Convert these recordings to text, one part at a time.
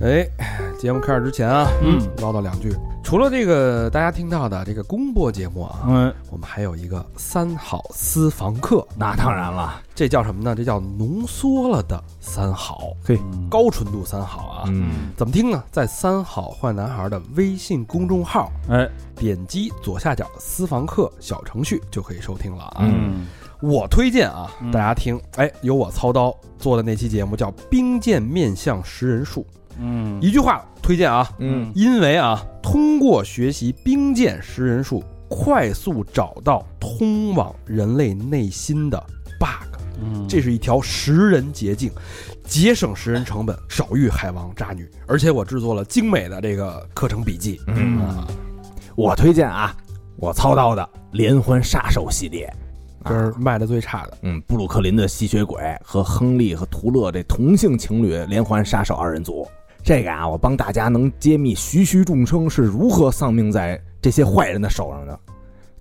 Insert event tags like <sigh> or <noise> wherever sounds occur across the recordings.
哎，节目开始之前啊，嗯唠叨两句。除了这个大家听到的这个公播节目啊，嗯，我们还有一个三好私房课，那当然了，这叫什么呢？这叫浓缩了的三好，嘿，高纯度三好啊。嗯，怎么听呢？在“三好坏男孩”的微信公众号哎，点击左下角的私房课小程序就可以收听了啊。嗯，我推荐啊，嗯大家听，哎，由我操刀做的那期节目叫《兵谏面向识人术》，嗯，一句话推荐啊，嗯，因为啊，通过学习兵谏识人术，快速找到通往人类内心的 bug，嗯，这是一条识人捷径，节省识人成本，少遇海王渣女。而且我制作了精美的这个课程笔记，啊嗯，我推荐啊，我操刀的《连环杀手》系列，啊这是卖的最差的。嗯，布鲁克林的吸血鬼和亨利和图勒这同性情侣连环杀手二人组，这个啊，我帮大家能揭秘徐徐众生是如何丧命在这些坏人的手上的，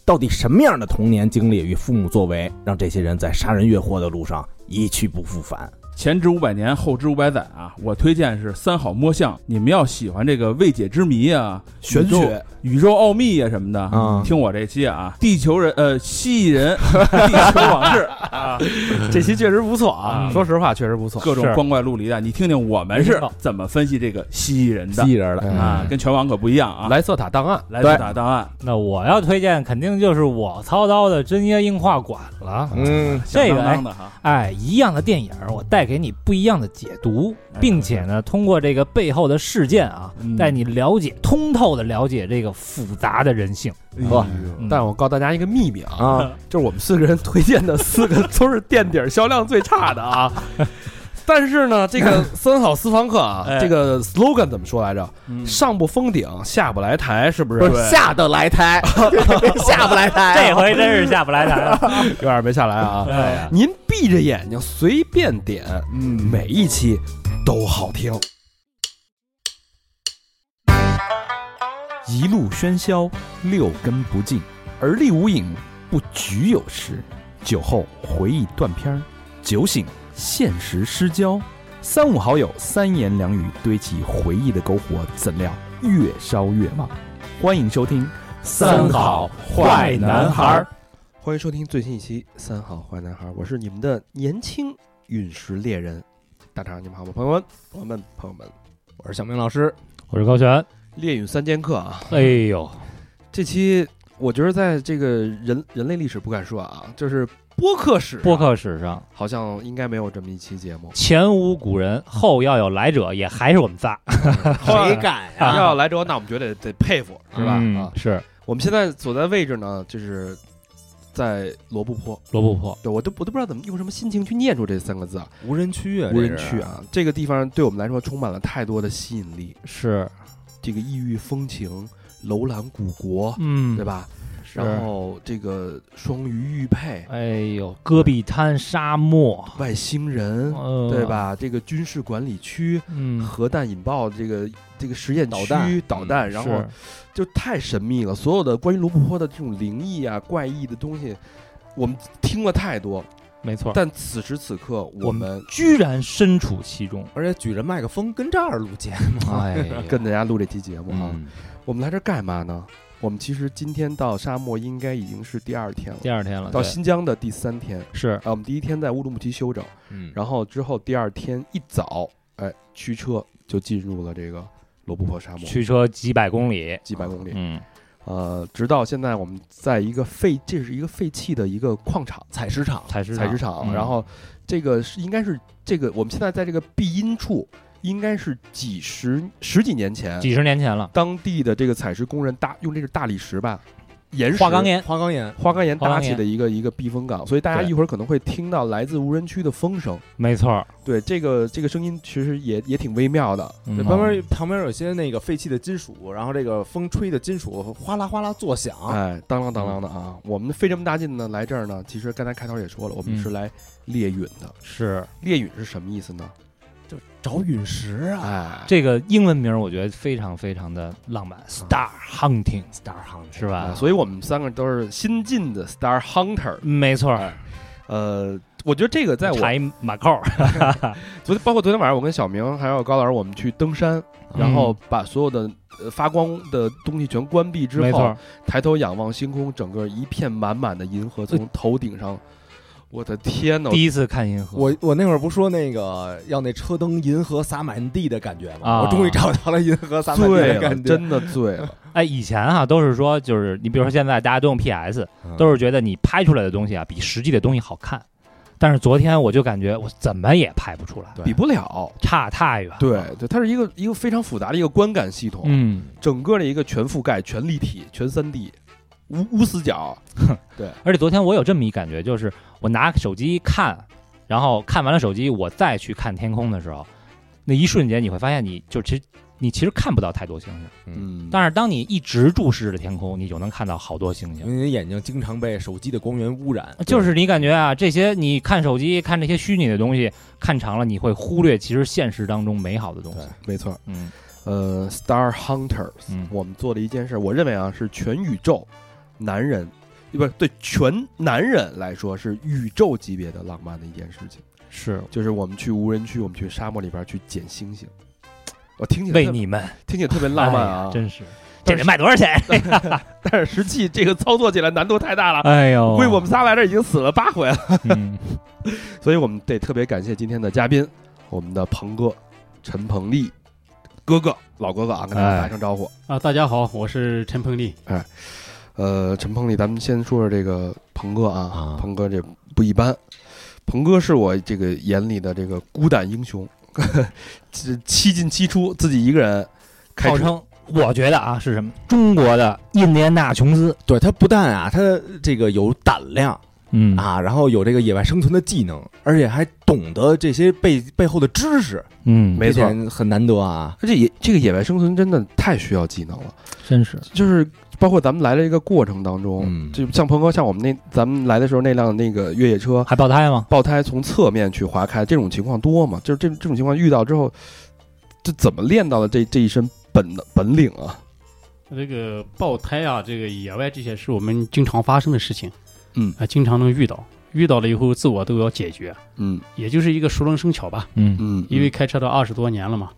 到底什么样的童年经历与父母作为，让这些人在杀人越货的路上一去不复返。前知五百年，后知五百载啊！我推荐是三好摸象，你们要喜欢这个未解之谜啊、玄宇宙学、宇宙奥秘啊什么的，嗯听我这期啊，地球人呃，蜥蜴人， <laughs> 地球往事啊，这期确实不错啊，嗯说实话确实不错。各种是光怪陆离的，你听听我们是怎么分析这个蜥蜴人的人了啊，跟拳王可不一样啊！莱瑟嗯塔档案，来自打档案，那我要推荐肯定就是我操刀的《真耶映画馆》了。嗯，这个响当当哎的啊哈，哎，一样的电影儿，我带给你不一样的解读，并且呢，通过这个背后的事件啊，嗯带你了解通透的了解这个复杂的人性。哇嗯但我告诉大家一个秘密啊，啊，就是我们四个人推荐的四个都是垫底儿销量最差的啊。 <laughs> 但是呢，这个三好私房课啊，哎这个 slogan 怎么说来着？嗯上不封顶，下不来台，是不是？不是下得来台， <laughs> 下不来台这啊，回真是下不来台了。有点没下来 <laughs> 啊。 <laughs> 哎您闭着眼睛随便点，嗯，每一期都好听。一路喧嚣，六根不净，而立无影，不局有时。酒后回忆断片儿，酒醒现实失焦。三五好友，三言两语堆起回忆的篝火，怎料越烧越旺。欢迎收听《三好坏男孩儿》。欢迎收听最新一期《三好坏男孩儿》，我是你们的年轻陨石猎人大肠，你们好吗？朋友们，朋友们，朋友们，我是小明老师，我是高璇。猎陨三剑客啊，哎呦，这期我觉得在这个人人类历史不敢说啊，就是播客史啊、播客史上。好像应该没有这么一期节目前无古人，后要有来者，也还是我们仨， <laughs> 谁敢呀？要来者，那我们绝对得佩服，是吧？嗯啊，是我们现在所在位置呢，就是在罗布泊。罗布泊。对我都我都不知道怎么用什么心情去念出这三个字啊，无人区啊，无这人是区，啊，这个地方对我们来说充满了太多的吸引嗯力。是，这个异域风情、楼兰古国，嗯对？吧？是然后这个双鱼玉佩、哎呦，戈壁滩沙漠，外星人，呃嗯对？吧？这个军事管理区、嗯，核弹引爆这个这个实验导区、弹导弹，然后嗯是就太神秘了。所有的关于罗布泊的这种灵异啊、怪异的东西，我们听了太多。没错。但此时此刻，我啊我们居然身处其中。而且举着麦克风跟这儿录节 <laughs> 目，哎， <laughs> 跟大家录这期节目啊，嗯我们来这儿干嘛呢？我们其实今天到沙漠应该已经是第二天了，第二天了，到对新疆的第三天。是啊，我们第一天在乌鲁木齐休整，嗯，然后之后第二天一早，哎，驱车就进入了这个罗布泊沙漠，驱车几百公里，几百公里。嗯，呃，直到现在我们在一个废，这是一个废弃的一个矿场、采石场，采石采石场，嗯然后这个是应该是这个我们现在在这个避阴处，应该是几十十几年前几十年前了，当地的这个采石工人搭用这是大理石吧，岩石花岗。岩，花岗岩，花岗岩花岗搭起岩的一个一个避风港，所以大家对一会儿可能会听到来自无人区的风声。没错，对，这个这个声音其实也也挺微妙的，嗯这旁边旁边有些那个废弃的金属，然后这个风吹的金属哗啦哗啦作响，啊哎，当啷当啷的啊！我们费这么大劲呢来这儿呢，其实刚才开头也说了，我们嗯是来猎陨的。是猎陨是什么意思呢？就找陨石啊哎，嗯这个英文名，我觉得非常非常的浪漫，Star Hunting ，Star Hunt 是啊吧？所以我们三个都是新晋的 Star Hunter。没错，呃，我觉得这个哎在我查一马扣，昨天，包括昨天晚上，我跟小明还有高老师，我们去登山，然后把所有的呃发光的东西全关闭之没后错，，抬头仰望星空，整个一片满满的银河从头顶上，我的天呐！第一次看银河，我我那会儿不说那个要那车灯银河洒满地的感觉吗？啊我终于找到了银河我洒满地醉的了，感觉。真的醉了。哎，以前哈、都是说，就是你比如说现在大家都用 PS，都是觉得你拍出来的东西啊比实际的东西好看，但是昨天我就感觉我怎么也拍不出来，对比不了，差太远了。对对，它是一个一个非常复杂的一个观感系统，嗯，整个的一个全覆盖、全立体、全三 D，无无死角。而且昨天我有这么一感觉，就是我拿手机看，然后看完了手机，我再去看天空的时候，那一瞬间你会发现你，就其实你其实看不到太多星星，嗯，但是当你一直注视着天空，你就能看到好多星因星为。你的眼睛经常被手机的光源污染，就是你感觉啊，这些你看手机看这些虚拟的东西看长了，你会忽略其实现实当中美好的东西对。没错。嗯呃，Star Hunters，嗯我们做了一件事，我认为啊是全宇宙男人，不是对全男人来说是宇宙级别的浪漫的一件事情，是就是我们去无人区，我们去沙漠里边去捡星星。我听起来为特你们听起来特别浪漫啊，哎呀真是这但是得卖多少钱？但是实际这个操作起来难度太大了。哎 <laughs> 呦估计我们仨来这儿已经死了八回了， <laughs> 嗯所以我们得特别感谢今天的嘉宾，我们的鹏哥，陈鹏立，哥哥，老哥哥啊，跟大哎家打声招呼。啊，大家好，我是陈鹏丽。呃，陈鹏丽，咱们先说说这个鹏哥啊，啊鹏哥这不一般，鹏哥是我这个眼里的这个孤胆英雄， <laughs> 这七进七出，自己一个人开号车，称我觉得啊是什么？中国的印第安纳琼斯。对他不但啊，他这个有胆量嗯啊，然后有这个野外生存的技能，而且还懂得这些背背后的知识，嗯，没这错。点很难得啊。而且野这个野外生存真的太需要技能了，真是就是包括咱们来的这个过程当中，嗯就像鹏哥，像我们那咱们来的时候那辆那个越野车还爆胎吗？爆胎从侧面去划开，这种情况多吗？就是这这种情况遇到之后，这怎么练到了这这一身本能本领啊？这个爆胎啊，这个野外这些是我们经常发生的事情，嗯啊，经常能遇到，遇到了以后自我都要解决，嗯也就是一个熟能生巧吧。嗯，嗯，因为开车都二十多年了嘛，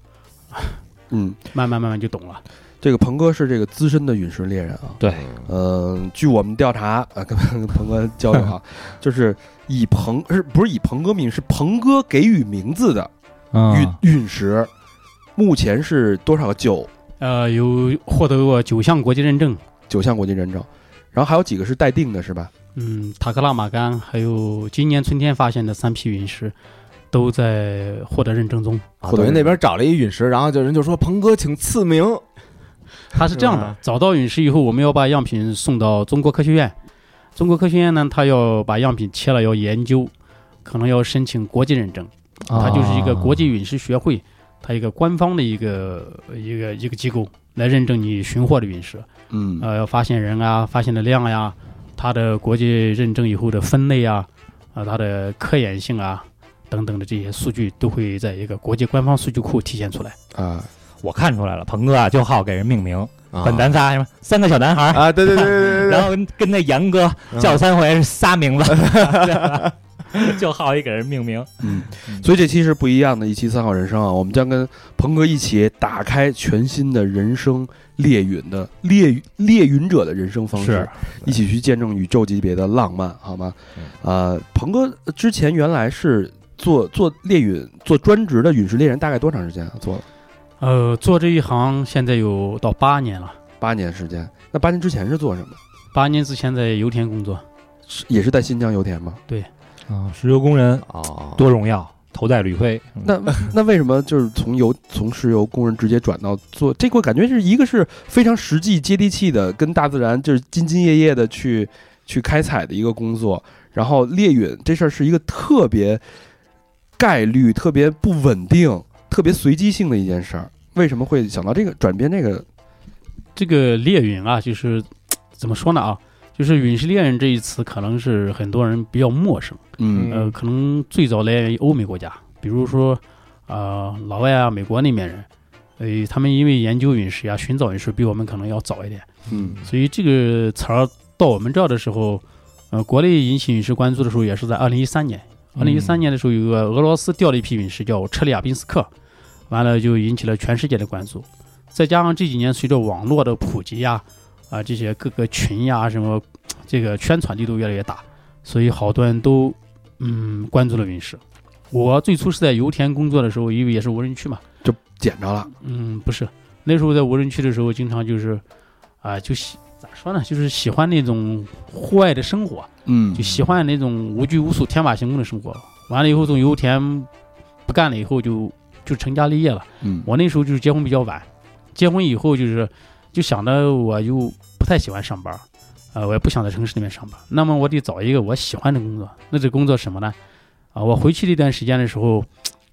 嗯，慢慢慢慢就懂了。这个鹏哥是这个资深的陨石猎人啊。对，呃，据我们调查啊，跟 <laughs> 跟鹏哥交流 <laughs> 啊，就是以鹏是不是以鹏哥命是鹏哥给予名字的嗯陨啊陨石，目前是多少个九呃，有获得过九项国际认证，九项国际认证，然后还有几个是待定的是吧？嗯，塔克拉玛干，还有今年春天发现的三批陨石，都在获得认证中。啊或者等于是那边找了一陨石，然后就人就说：“鹏哥，请赐名。它是这样的嗯，找到陨石以后，我们要把样品送到中国科学院。中国科学院呢，它要把样品切了，要研究，可能要申请国际认证。啊它就是一个国际陨石学会，它一个官方的一个一个一个机构来认证你寻获的陨石，嗯呃，发现人啊，发现的量呀、它的国际认证以后的分类啊，啊，它的科研性啊等等的这些数据都会在一个国际官方数据库体现出来。啊，我看出来了，鹏哥啊就好给人命名，”啊本咱仨什么三个小男孩儿，啊，对对对对对然后跟那杨哥叫三回是仨名字，嗯 <laughs> 就好一给人命名。嗯，所以这期是不一样的一期《三好人生》啊，我们将跟鹏哥一起打开全新的人生猎云的猎云猎云者的人生方式是，一起去见证宇宙级别的浪漫，好吗？呃，鹏哥之前原来是做做猎陨做专职的陨石猎人，大概多长时间啊？做了呃，做这一行现在有到八年了，八年时间。那八年之前是做什么？八年之前在油田工作，是也是在新疆油田吗？啊，石油工人哦，多荣耀，头戴铝盔。 <laughs> 嗯那那为什么就是从油从石油工人直接转到做这个？感觉是一个是非常实际接地气的，跟大自然就是兢兢业业的去去开采的一个工作。然后猎陨这事儿是一个特别概率、特别不稳定、特别随机性的一件事儿。为什么会想到这个转变？这个这个猎陨啊，就是怎么说呢啊，就是“陨石猎人”这一词，可能是很多人比较陌生。嗯呃，可能最早来源于欧美国家，比如说，呃，老外啊，美国那边人，呃，他们因为研究陨石啊，寻找陨石比我们可能要早一点，嗯所以这个词儿到我们这儿的时候，呃，国内引起陨石关注的时候也是在二零一三年，二零一三年的时候，有个俄罗斯掉了一批陨石，叫车里亚宾斯克，完了就引起了全世界的关注。再加上这几年随着网络的普及呀，啊这些各个群呀什么，这个宣传力度越来越大，所以好多人都嗯关注了陨石。我最初是在油田工作的时候，因为也是无人区嘛，就捡着了。嗯，不是，那时候在无人区的时候，经常就是，啊、就喜咋说呢，就是喜欢那种户外的生活，嗯就喜欢那种无拘无束、天马行空的生活。完了以后，从油田不干了以后就，就成家立业了。嗯我那时候就是结婚比较晚，结婚以后就是就想着我又不太喜欢上班，呃，我也不想在城市里面上班，那么我得找一个我喜欢的工作。那这工作什么呢？啊，我回去这段时间的时候，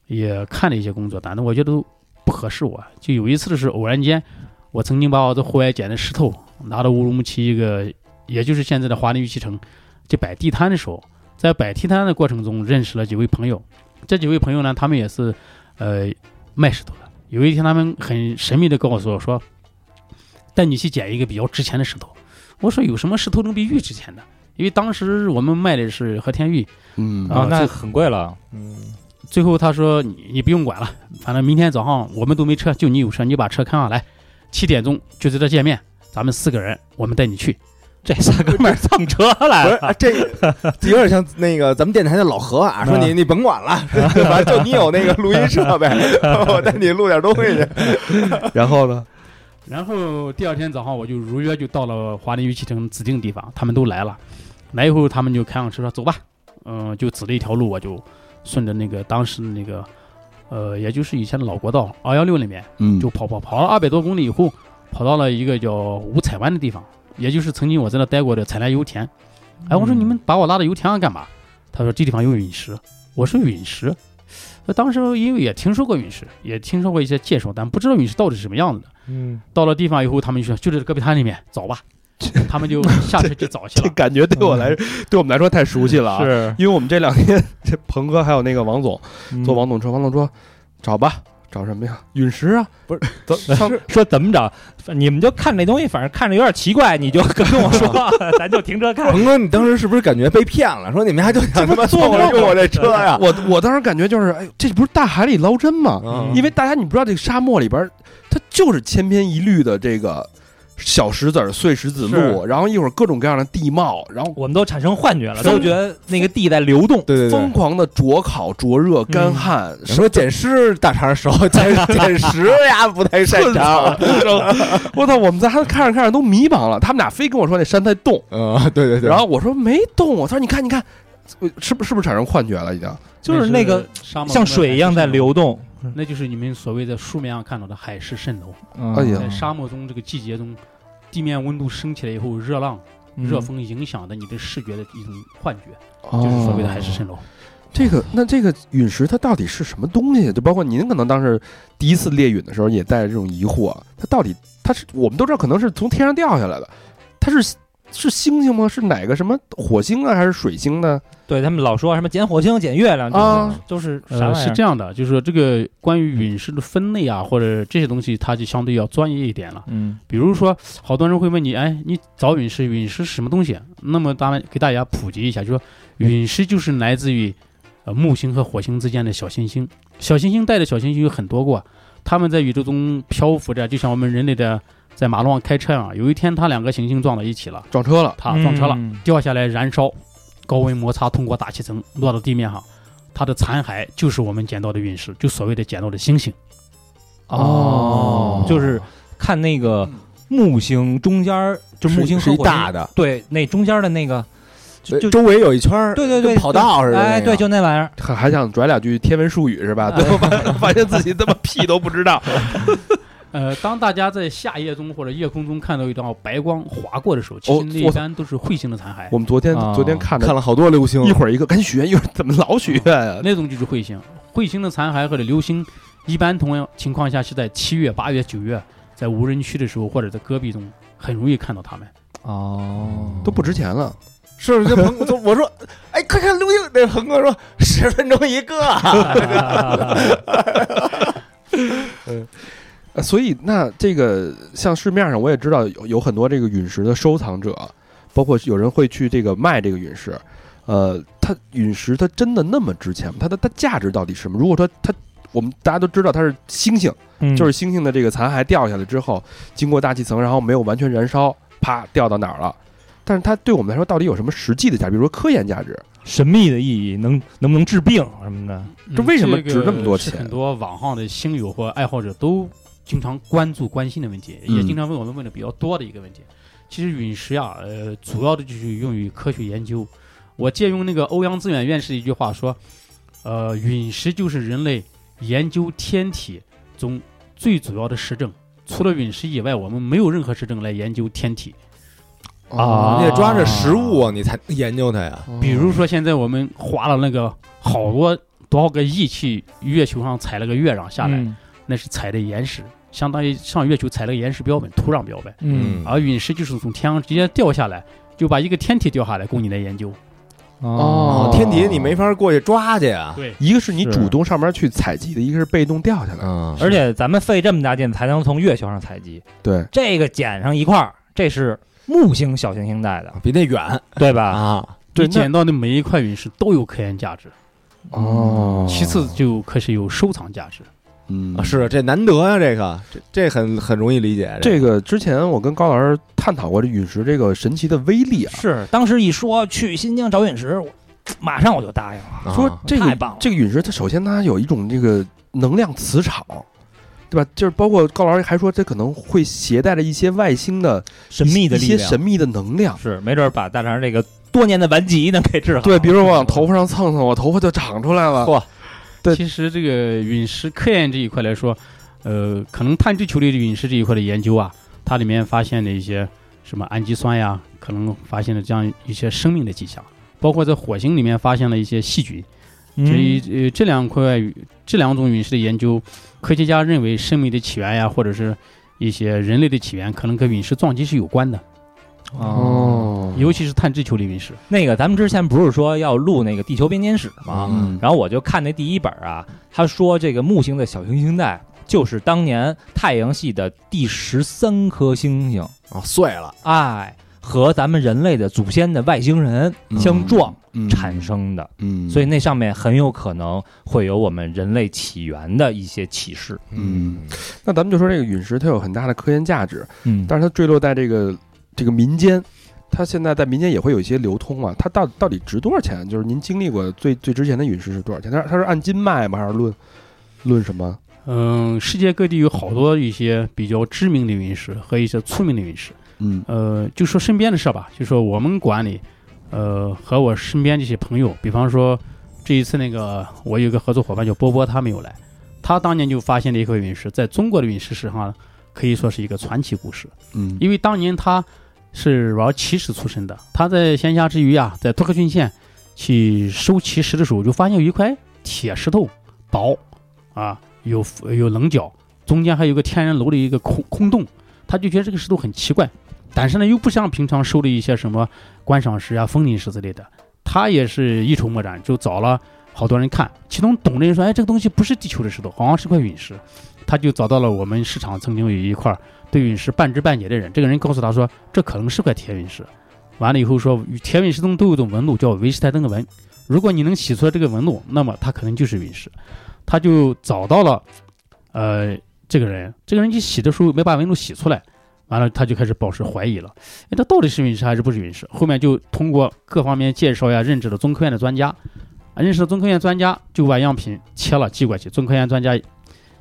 也看了一些工作，但是我觉得都不合适我。就有一次的是偶然间，我曾经把我在户外捡的石头拿到乌鲁木齐一个，也就是现在的华林玉器城，这摆地摊的时候，在摆地摊的过程中认识了几位朋友。这几位朋友呢，他们也是，呃，卖石头的。有一天，他们很神秘的告诉我说，带你去捡一个比较值钱的石头。我说有什么石头能比玉值钱的？因为当时我们卖的是和田玉，嗯啊啊，这那很贵了，嗯，最后他说你你不用管了，反正明天早上我们都没车，就你有车，你把车开上来，七点钟就在这见面，咱们四个人，我们带你去。这仨哥们儿蹭车来不了是，啊 <laughs> 这这有点像那个咱们电台的老何啊，说嗯你你甭管了，反正就你有那个录音设 <laughs> 备，我带你录点东西去。然后呢？然后第二天早上我就如约就到了华林玉器城指定地方，他们都来了，来以后他们就开上车说走吧，嗯、就指了一条路，我就顺着那个当时的那个，呃，也就是以前的老国道二幺六里面。嗯就跑跑跑了二百多公里以后，跑到了一个叫五彩湾的地方，也就是曾经我在那待过的采蓝油田。哎，我说嗯你们把我拉到油田上干嘛？他说这地方有陨石。我说陨石，那当时因为也听说过陨石，也听说过一些介绍，但不知道陨石到底是什么样子的。嗯，到了地方以后，他们就说就在戈壁滩里面找吧，他们就下车去找去这了。感觉对我来，对我们来说太熟悉了啊！是因为我们这两天，这鹏哥还有那个王总嗯坐王总车，王总说找吧，找什么呀？嗯陨石啊， <laughs> 不是，上嗯说怎么着，你们就看这东西，反正看着有点奇怪，你就跟我 <laughs> 说，咱就停车看。鹏哥，你当时是不是感觉被骗了？说你们家就想他妈坐我用我这车呀？我我当时感觉就是，哎呦，这不是大海里捞针吗？嗯因为大家你不知道这个沙漠里边儿，它就是千篇一律的这个小石子儿、碎石子路，然后一会儿各种各样的地貌，然后我们都产生幻觉了，疯都觉得那个地在流动。对对对疯，狂的灼烤、灼嗯热、干旱， <laughs> 是 <laughs> 说捡尸大肠熟， <laughs> 捡捡食 <laughs> 呀不太擅长。我操！我们仨看着看着都迷茫了，他们俩非跟我说那山在动，嗯，对对对。然后我说没动，我说你看你看，呃是不是不是产生幻觉了已经？ <laughs> 就是那个沙漠像水一样在流动，那就是你们所谓在书面上看到的海市蜃楼。哎呀在沙漠中这个季节中，地面温度升起来以后，热浪、嗯嗯热风影响的你的视觉的一种幻觉，哦哦就是所谓的海市蜃楼。这个那这个陨石它到底是什么东西？就包括您可能当时第一次猎陨的时候也带着这种疑惑，它到底它是我们都知道可能是从天上掉下来的，它是是星星吗？是哪个什么火星啊还是水星呢？嗯对他们老说什么捡火星、捡月亮，啊就是就是啥玩呃，意是儿这样的，就是说这个关于陨石的分类啊，或者这些东西，它就相对要专业一点了。嗯比如说，好多人会问你，哎，你找陨石，陨石是什么东西？那么，咱们给大家普及一下，就说陨石就是来自于呃木星和火星之间的小行星。小行星带的小行星有很多个，它们在宇宙中漂浮着，就像我们人类的在马路上开车一样。有一天，它两个行星撞到一起了，撞车了，它撞啊车了，嗯掉下来燃烧，高温摩擦通过大气层落到地面上，它的残骸就是我们捡到的陨石，就所谓的捡到的星星。哦，就是看那个木星中间儿，就木星是和一火星大的，对那中间的那个，就就呃周围有一圈儿对对对跟跑道似的那个。哎对，就那玩意儿。还还想拽两句天文术语是吧？哎最后发 <laughs> 发现自己他妈屁都不知道。呃，当大家在夏夜中或者夜空中看到一道白光划过的时候，其哦实那一我般都是彗星的残骸，我们昨天啊昨天看看的，了好多流星一，会儿一个赶紧许愿，一会儿怎么老许愿嗯啊？那种就是彗星。彗星的残骸或者流星，一般同样情况下是在七月、八月、九月，在无人区的时候或者在戈壁中，很容易看到它们。哦，都不值钱了。是不是？鹏哥，我说，哎，快看流星！那鹏哥说十分钟一个，啊呃，所以那这个像市面上我也知道有有很多这个陨石的收藏者，包括有人会去这个卖这个陨石，呃，它陨石它真的那么值钱吗？它的它价值到底是什么？如果说它，我们大家都知道它是星星，嗯就是星星的这个残骸掉下来之后，经过大气层，然后没有完全燃烧，啪掉到哪儿了？但是它对我们来说到底有什么实际的价值？比如说科研价值，神秘的意义，能能不能治病什么的？这为什么值嗯这那么多个是钱很多网上的星友或爱好者都经常关注、关心的问题，也嗯经常问我们问的比较多的一个问题。其实陨石呀，呃，主要的就是用于科学研究。我借用那个欧阳志远院士的一句话说，呃，陨石就是人类研究天体中最主要的实证。除了陨石以外，我们没有任何实证来研究天体。啊哦你得抓着实物啊，你才能研究它呀。比如嗯说，现在我们花了那个好多多少个亿去月球上采了个月壤下来，嗯那是采的岩石，相当于上月球采了个岩石标本、土壤标本，嗯啊而陨石就是从天上直接掉下来，就把一个天体掉下来供你来研究。哦哦天体你没法过去抓去啊呀。对，一个是你是主动上面去采集的，一个是被动掉下来的。嗯，而且咱们费这么大劲才能从月球上采集，对，这个捡上一块儿，这是木星小行星带的，比那远对吧？啊。对你那捡到的每一块陨石都有科研价值，哦其次就开始有收藏价值。嗯啊是这难得呀，这个这这很很容易理解。这个之前我跟高老师探讨过这陨石这个神奇的威力啊，是，当时一说去新疆找陨石，我马上我就答应了。啊说这太个棒了这个陨石，它首先它有一种这个能量磁场，对吧？就是包括高老师还说，这可能会携带着一些外星的神秘的一力些量，啊神秘的能量。是没准儿把大肠这个多年的顽疾能给治好。对，比如我往头发上蹭蹭，我头发就长出来了。嚯对其实这个陨石科研这一块来说，呃，可能探地球里的陨石这一块的研究啊，它里面发现了一些什么氨基酸呀，可能发现了这样一些生命的迹象，包括在火星里面发现了一些细菌。嗯，所以呃，这两块这两种陨石的研究，科学家认为生命的起源呀，或者是一些人类的起源，可能跟陨石撞击是有关的，哦，嗯尤其是碳质球的陨石。那个咱们之前不是说要录那个地球编年史吗？嗯然后我就看那第一本啊，他说这个木星的小行星带就是当年太阳系的第十三颗星星，啊碎了，哎，和咱们人类的祖先的外星人相撞嗯产，生的，嗯，所以那上面很有可能会有我们人类起源的一些启示。嗯，那咱们就说这个陨石它有很大的科研价值，嗯但是它坠落在这个这个民间，它现在在民间也会有一些流通嘛。它到到底值多少钱？就是您经历过最最值钱的陨石是多少钱？它是它是按斤卖吗？还是论论什么？嗯，世界各地有好多一些比较知名的陨石和一些出名的陨石。嗯呃，就说身边的事儿吧，就说我们管理，呃，和我身边这些朋友，比方说这一次那个我有一个合作伙伴叫波波，他没有来，他当年就发现了一颗陨石，在中国的陨石史上啊可以说是一个传奇故事，嗯因为当年他是玩奇石出身的，他在闲暇之余啊，在托克逊县去收奇石的时候，就发现有一块铁石头薄啊，有有棱角，中间还有个天然楼的一个空空洞，他就觉得这个石头很奇怪，但是呢又不像平常收的一些什么观赏石啊、风铃石之类的，他也是一筹莫展，就找了好多人看，其中懂的人说，哎，这个东西不是地球的石头，好像是块陨石，他就找到了我们市场曾经有一块对陨石半知半解的人，这个人告诉他说，这可能是块铁陨石。完了以后说，铁陨石中都有一种纹路叫维斯泰登的纹，如果你能洗出来这个纹路，那么它可能就是陨石。他就找到了，呃，这个人，这个人去洗的时候没把纹路洗出来，完了他就开始保持怀疑了，哎，这到底是陨石还是不是陨石？后面就通过各方面介绍呀，认识了中科院的专家，啊，认识了中科院专家就把样品切了寄过去，中科院专家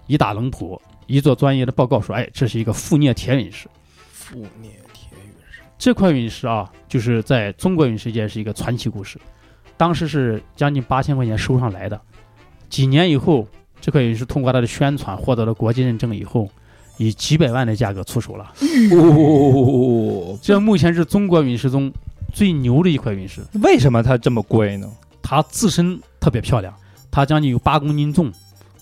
一打冷谱，一做专业的报告说，哎，这是一个富镍铁陨石。负面铁陨石，这块陨石啊，就是在中国陨石界是一个传奇故事，当时是将近八千块钱收上来的。几年以后，这块陨石通过它的宣传获得了国际认证以后，以几百万的价格出手了。哦，这目前是中国陨石中最牛的一块陨石，为什么它这么贵呢？它自身特别漂亮，它将近有八公斤重，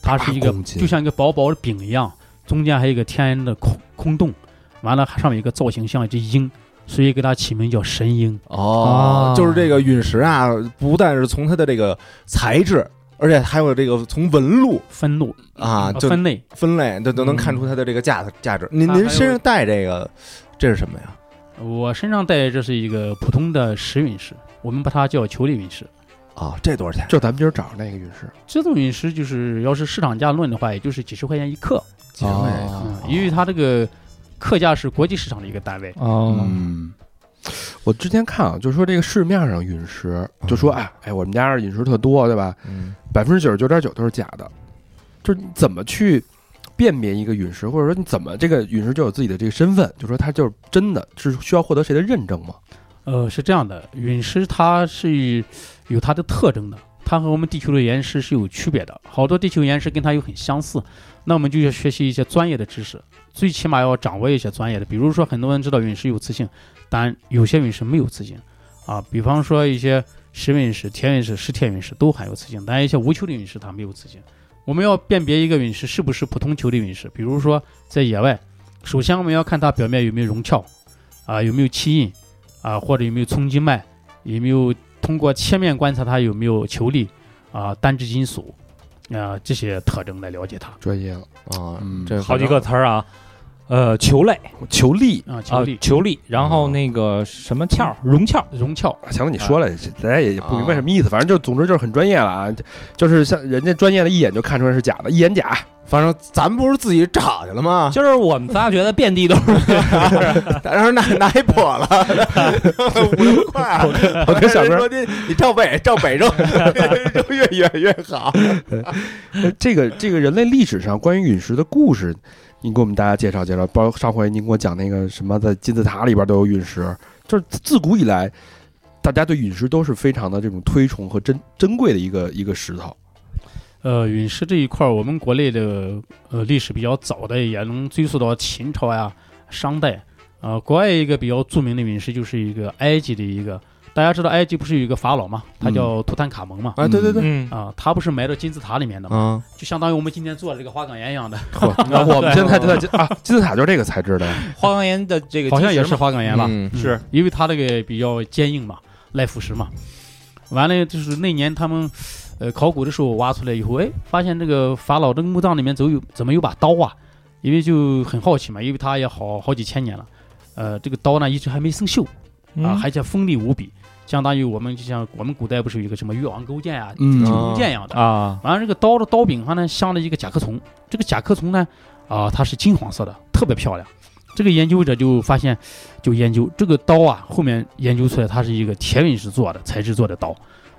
它是一个8公斤就像一个薄薄的饼一样，中间还有一个天然的空空洞，完了上面有一个造型像一只鹰，所以给它起名叫神鹰。哦啊，就是这个陨石啊，不但是从它的这个材质，而且还有这个从纹路分路啊，呃就分类，嗯啊分类，都都能看出它的这个价价值。您它还您有身上带这个，这是什么呀？我身上带的这是一个普通的石陨石，我们把它叫球粒陨石。啊，这多少钱？就咱们今儿找那个陨石，这种陨石就是要是市场价论的话，也就是几十块钱一克，几十哦块钱一啊克嗯，因为它这个克价是国际市场的一个单位。哦，嗯，我之前看啊，就说这个市面上陨石，就说哎哎，我们家陨石特多，对吧？嗯百分之九十九点九都是假的，就是你怎么去辨别一个陨石，或者说你怎么这个陨石就有自己的这个身份，就说它就是真的，是需要获得谁的认证吗？呃，是这样的，陨石它是有它的特征的，它和我们地球的岩石是有区别的。好多地球岩石跟它又很相似，那我们就要学习一些专业的知识，最起码要掌握一些专业的。比如说，很多人知道陨石有磁性，但有些陨石没有磁性啊。比方说一些石陨石、铁陨石、石铁陨石都含有磁性，但一些无球的陨石它没有磁性。我们要辨别一个陨石是不是普通球的陨石，比如说在野外，首先我们要看它表面有没有融壳，啊有没有气印，啊，或者有没有冲击脉，有没有通过切面观察它有没有球粒啊、单质金属啊这些特征来了解它专业了，啊，嗯这好几个词儿啊，呃，球类球力。啊，啊球粒、，球嗯粒，然后那个什么壳儿，绒壳儿，融壳。啊强子，你说了，大家也不明白什么啊意思，反正就总之就是很专业了啊，就就是像人家专业的，一眼就看出来是假的，一眼假。反正咱不是自己找去了吗？ <laughs> 今儿我们仨觉得遍地都是， <laughs> 然后拿拿一破 <laughs> 了，五六块。我跟小人哥说你你照北照 <laughs> 北扔，扔越远越好。这个这个人类历史上关于陨石的故事，您给我们大家介绍介绍。包括上回您给我讲那个什么，在金字塔里边都有陨石，就是自古以来，大家对陨石都是非常的这种推崇和珍珍贵的一个一个石头。呃，陨石这一块儿，我们国内的呃历史比较早的，也能追溯到秦朝呀、商代。啊、国外一个比较著名的陨石就是一个埃及的一个，大家知道埃及不是有一个法老嘛，他叫图坦卡蒙嘛。啊，对 <laughs> 对对，嗯，啊、他不是埋到金字塔里面的嘛，啊，就相当于我们今天做的这个花岗岩一样的，那我们现在就在金 <laughs> 啊，金字塔就是这个材质的。花岗岩的这个好像也基石是嘛花岗岩吧？嗯嗯因为它这个比较坚硬嘛，耐腐蚀嘛。完了就是那年他们，呃，考古的时候挖出来以后，哎，发现这个法老这个墓葬里面怎么有怎么有把刀啊？因为就很好奇嘛，因为它也好好几千年了，呃，这个刀呢一直还没生锈啊，嗯而且锋利无比，相当于我们就像我们古代不是有一个什么越王勾践啊、嗯九龙剑一样的。啊，完了这个刀的刀柄上呢镶了一个甲壳虫，这个甲壳虫呢啊、它是金黄色的，特别漂亮。这个研究者就发现，就研究这个刀啊，后面研究出来它是一个铁陨石做的材质做的刀。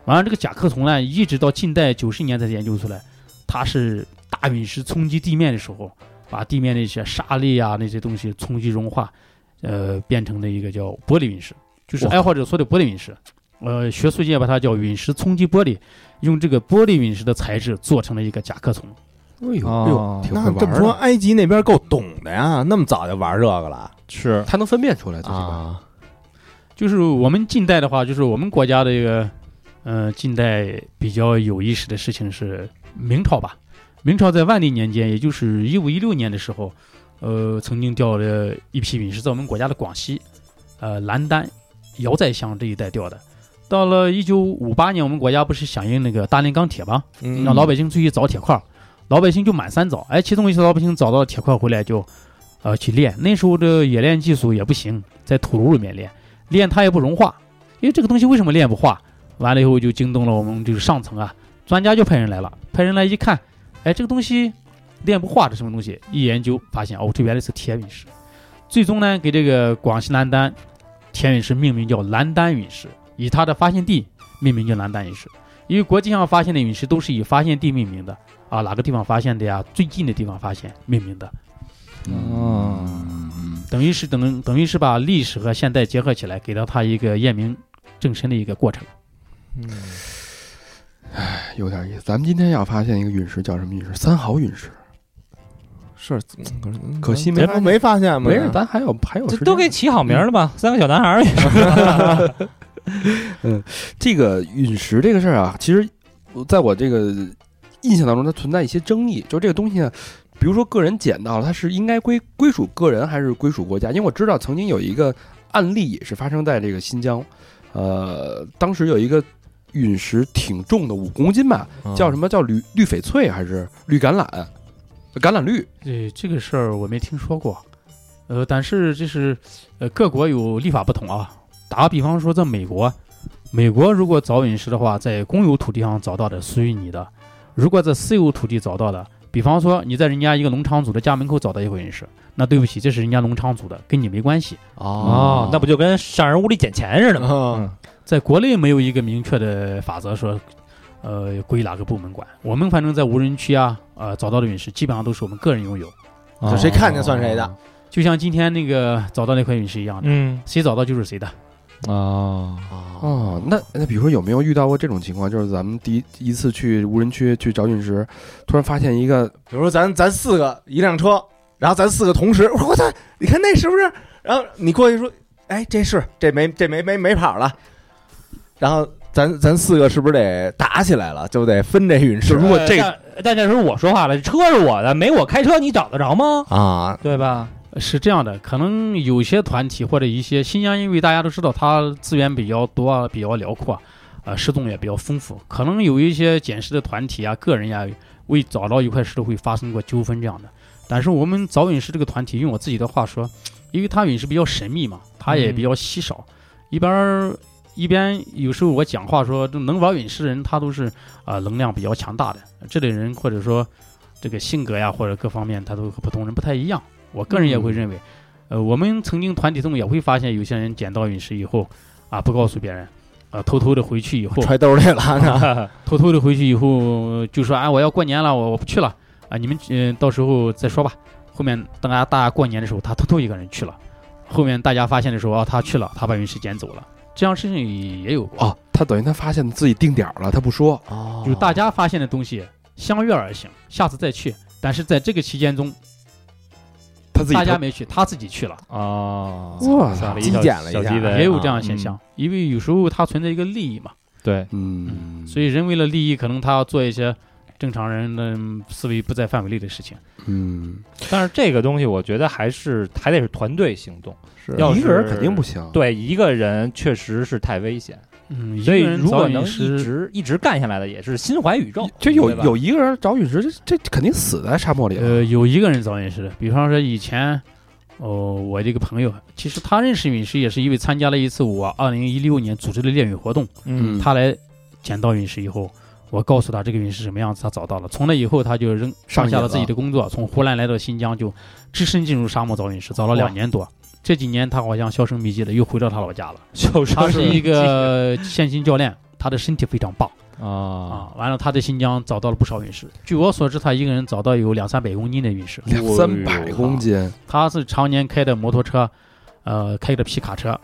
完了这个甲壳虫呢，一直到近代九十年才研究出来，它是大陨石冲击地面的时候，把地面的一些沙粒啊那些东西冲击融化，呃，变成了一个叫玻璃陨石，就是哇爱好者说的玻璃陨石。呃，学术界把它叫陨石冲击玻璃，用这个玻璃陨石的材质做成了一个甲壳虫。哎呦哦哎呦，挺会那这玩么说，的。埃及那边够懂的呀，那么早就玩这个了是他能分辨出来最起码。啊？就是我们近代的话，就是我们国家的一个，呃，近代比较有意思的事情是明朝吧。明朝在万历年间，也就是一五一六年的时候，呃，曾经掉了一批陨石在我们国家的广西，呃，兰丹、瑶寨乡这一带掉的。到了一九五八年，我们国家不是响应那个大炼钢铁吗？嗯让老百姓出去找铁块儿，老百姓就满山找，哎，其中一些老百姓找到了铁块回来就，呃，去炼。那时候的冶炼技术也不行，在土炉里面炼，炼它也不融化，因为这个东西为什么炼不化？完了以后就惊动了我们这个上层啊，专家就派人来了，派人来一看，哎，这个东西炼不化，这什么东西？一研究发现，哦，这原来是铁陨石。最终呢，给这个广西兰丹铁陨石命名叫兰丹陨石，以它的发现地命名叫兰丹陨石。因为国际上发现的陨石都是以发现地命名的啊，哪个地方发现的呀？最近的地方发现命名的，等于是等等于是把历史和现代结合起来，给到它一个验明正身的一个过程。嗯有点意思。咱们今天要发现一个陨石叫什么陨石？三好陨石。是，可惜没没没发现吗？没啊事，咱还有还有这时间都给起好名儿了嗯吧？三个小男孩儿也 <laughs> 是，这个陨石这个事儿啊，其实我在我这个印象当中，它存在一些争议。就这个东西呢，比如说个人捡到了，它是应该归归属个人还是归属国家？因为我知道曾经有一个案例也是发生在这个新疆，呃，当时有一个陨石挺重的，五公斤吧，嗯叫什么？么叫绿绿翡翠还是绿橄榄？橄榄绿对这个事儿我没听说过，呃，但是这是呃各国有立法不同啊。打个比方说，在美国，美国如果找陨石的话，在公有土地上找到的属于你的；如果在私有土地找到的，比方说你在人家一个农场主的家门口找到一回陨石，那对不起，这是人家农场主的，跟你没关系。哦，那不就跟上人屋里捡钱似的吗？嗯在国内没有一个明确的法则说，呃，归哪个部门管。我们反正在无人区啊，呃，找到的陨石基本上都是我们个人拥有。哦就谁看见算谁的。就像今天那个找到那块陨石一样的，嗯谁找到就是谁的。哦，哦，那那比如说有没有遇到过这种情况？就是咱们第一一次去无人区去找陨石，突然发现一个比如说咱咱四个一辆车，然后咱四个同时，我说我操，你看那是不是？然后你过去说，哎，这是这没这没没没跑了，然后咱咱四个是不是得打起来了？就得分这陨石如果这这但但这时候我说话了，车是我的，没我开车你找得着吗？啊？对吧？是这样的，可能有些团体或者一些新疆，因为大家都知道它资源比较多啊，比较辽阔啊，呃，石洞也比较丰富，可能有一些捡石的团体啊、个人呀、为找到一块石头会发生过纠纷这样的。但是我们找陨石这个团体，用我自己的话说，因为它陨石比较神秘嘛，它也比较稀少，一般儿一边有时候我讲话说，这能玩陨石的人，他都是啊、呃能量比较强大的这类人，或者说这个性格呀或者各方面，他都和普通人不太一样。我个人也会嗯认为，呃，我们曾经团体中也会发现，有些人捡到陨石以后啊，不告诉别人，啊，偷偷的回去以后，揣兜里了呢？偷偷的回去以后就说，啊，我要过年了，我我不去了，啊，你们嗯、到时候再说吧。后面等大家大家过年的时候，他偷偷一个人去了，后面大家发现的时候，啊，他去了，他把陨石捡走了，这样事情也有过。哦，他等于他发现自己定点儿了，他不说， <laughs> 哦就是大家发现的东西相约而行，下次再去。但是在这个期间中，他自己大家偷没去，他自己去了，啊哦，哇算了极小简了一小下鸡的也有这样的嗯现象。因为有时候它存在一个利益嘛，对，嗯，所以人为了利益，可能他要做一些正常人的思维不在范围内的事情。嗯，但是这个东西我觉得还是还得是团队行动，嗯是要一个人是肯定不行，对一个人确实是太危险，嗯，所以一个人如果早已能一是直一直干下来的，也是心怀宇宙，就有对吧有一个人找陨石，这这肯定死在沙漠里了。呃，有一个人早陨石的，比方说以前，哦，我这个朋友，其实他认识陨石也是因为参加了一次我二零一六年组织的猎陨活动，嗯他来捡到陨石以后，我告诉他这个陨石什么样子，他找到了。从那以后，他就扔上放瘾下了自己了的工作，从湖南来到新疆，就只身进入沙漠找陨石，找了两年多。这几年他好像销声匿迹了，又回到他老家了。就是他是一个现行教练，他的身体非常棒啊啊。完了，他在新疆找到了不少陨石。据我所知，他一个人找到有两三百公斤的陨石。两三百公斤，他是常年开的摩托车，呃，开的皮卡车，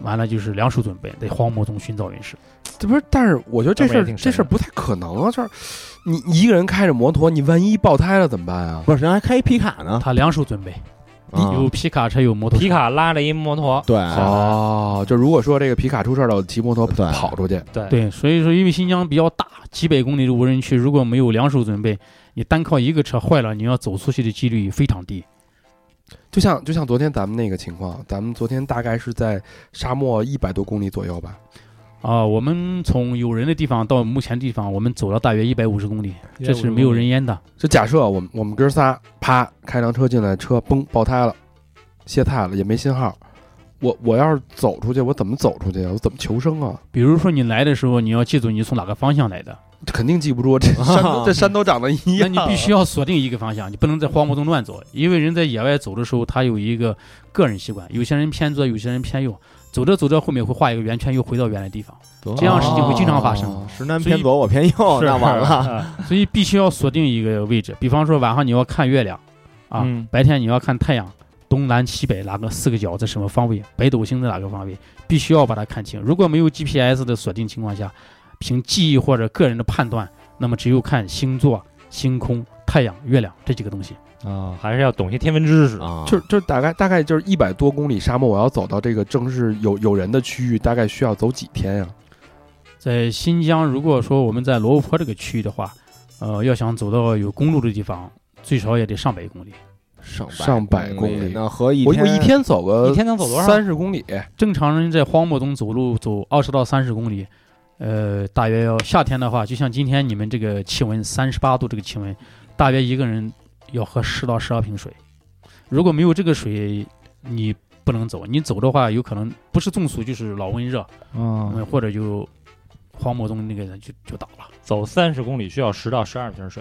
完了就是两手准备，在荒漠中寻找陨石。这不是？但是我觉得这事要儿不然也挺神这事儿不太可能啊！就是你你一个人开着摩托，你万一爆胎了怎么办啊？不是人还开一皮卡呢？他两手准备，啊有皮卡车，有摩托车。皮卡拉了一摩托，对，哦，就如果说这个皮卡出事儿了，我骑摩托对跑出去，对对，所以说因为新疆比较大，几百公里的无人区，如果没有两手准备，你单靠一个车坏了，你要走出去的几率非常低。就像就像昨天咱们那个情况，咱们昨天大概是在沙漠一百多公里左右吧，啊、我们从有人的地方到目前地方，我们走了大约一百五十公里，这是没有人烟的。就假设我们我们哥仨啪开辆车进来，车嘣爆胎了，歇菜了，也没信号。我我要是走出去，我怎么走出去啊？我怎么求生啊？比如说你来的时候，你要记住你从哪个方向来的，这肯定记不住，这山 <laughs> 都啊这山都长得 <laughs> 一那样。你必须要锁定一个方向，你不能在荒漠中乱走，因为人在野外走的时候，他有一个个人习惯，有些人偏左，有些人偏右，走着走着后面会画一个圆圈，又回到原来地方，这样的事情会经常发生。哦石南偏左，我偏右，是那完了。啊所以必须要锁定一个位置，比方说晚上你要看月亮，啊，嗯白天你要看太阳，东南西北哪个四个角在什么方位，北斗星在哪个方位，必须要把它看清。如果没有 GPS 的锁定情况下，凭记忆或者个人的判断，那么只有看星座、星空、太阳、月亮这几个东西。啊，还是要懂些天文知识。啊就就大概大概就是一百多公里沙漠，我要走到这个正是有有人的区域，大概需要走几天呀、在新疆，如果说我们在罗布泊这个区域的话，呃，要想走到有公路的地方，最少也得上百公里。上上百公里那合一啊我我一天走个一天能走多少三十公里，正常人在荒漠中走路走二十到三十公里，呃，大约要夏天的话，就像今天你们这个气温三十八度这个气温，大约一个人要喝十到十二瓶水。如果没有这个水，你不能走，你走的话有可能不是中暑就是老温热，嗯，嗯，或者就荒漠中那个人就就倒了。走三十公里需要十到十二瓶水，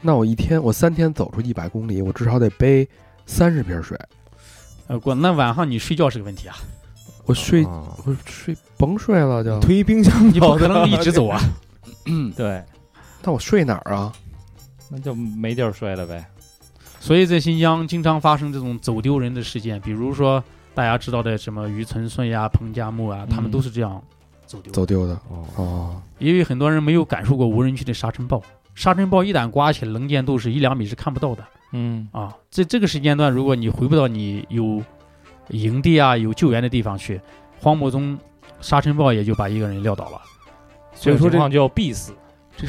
那我一天我三天走出一百公里，我至少得背三十瓶水。呃，过那晚上你睡觉是个问题啊，我睡、啊哦我睡甭睡了就，推冰箱 <laughs> 你不可能一直走啊。对，那我睡哪儿啊？那就没地儿睡了呗。所以在新疆经常发生这种走丢人的事件，比如说大家知道的什么于存顺呀、彭加木啊，他们嗯都是这样走丢的。走丢的哦哦，因为很多人没有感受过无人区的沙尘暴，沙尘暴一旦刮起，能见度是一两米是看不到的嗯啊。这这个时间段，如果你回不到你有营地啊、有救援的地方去，荒漠中沙尘暴也就把一个人撂倒了。所所以以说说情这况就必死，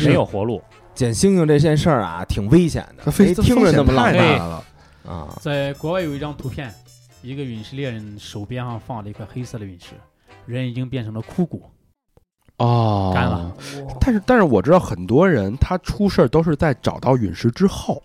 没有活路。捡星星这件事儿啊，挺危险的，那非没听着那么浪太漫大了。啊。在国外有一张图片，一个陨石猎人手边上放了一块黑色的陨石，人已经变成了枯骨，哦，干了。但是，但是我知道很多人他出事儿都是在找到陨石之后，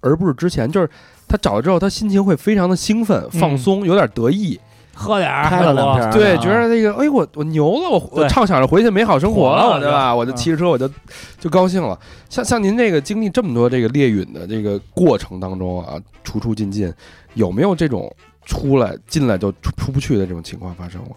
而不是之前。就是他找到之后，他心情会非常的兴奋、放松，有点得意，喝点儿，开了两瓶儿，对，嗯啊觉得那个，哎，我我牛了，我我对畅想着回去美好生活火了我了，就对吧？我就嗯骑着车，我就就高兴了。像像您这个经历这么多这个猎陨的这个过程当中啊，出出进进，有没有这种出来进来就出出不去的这种情况发生过？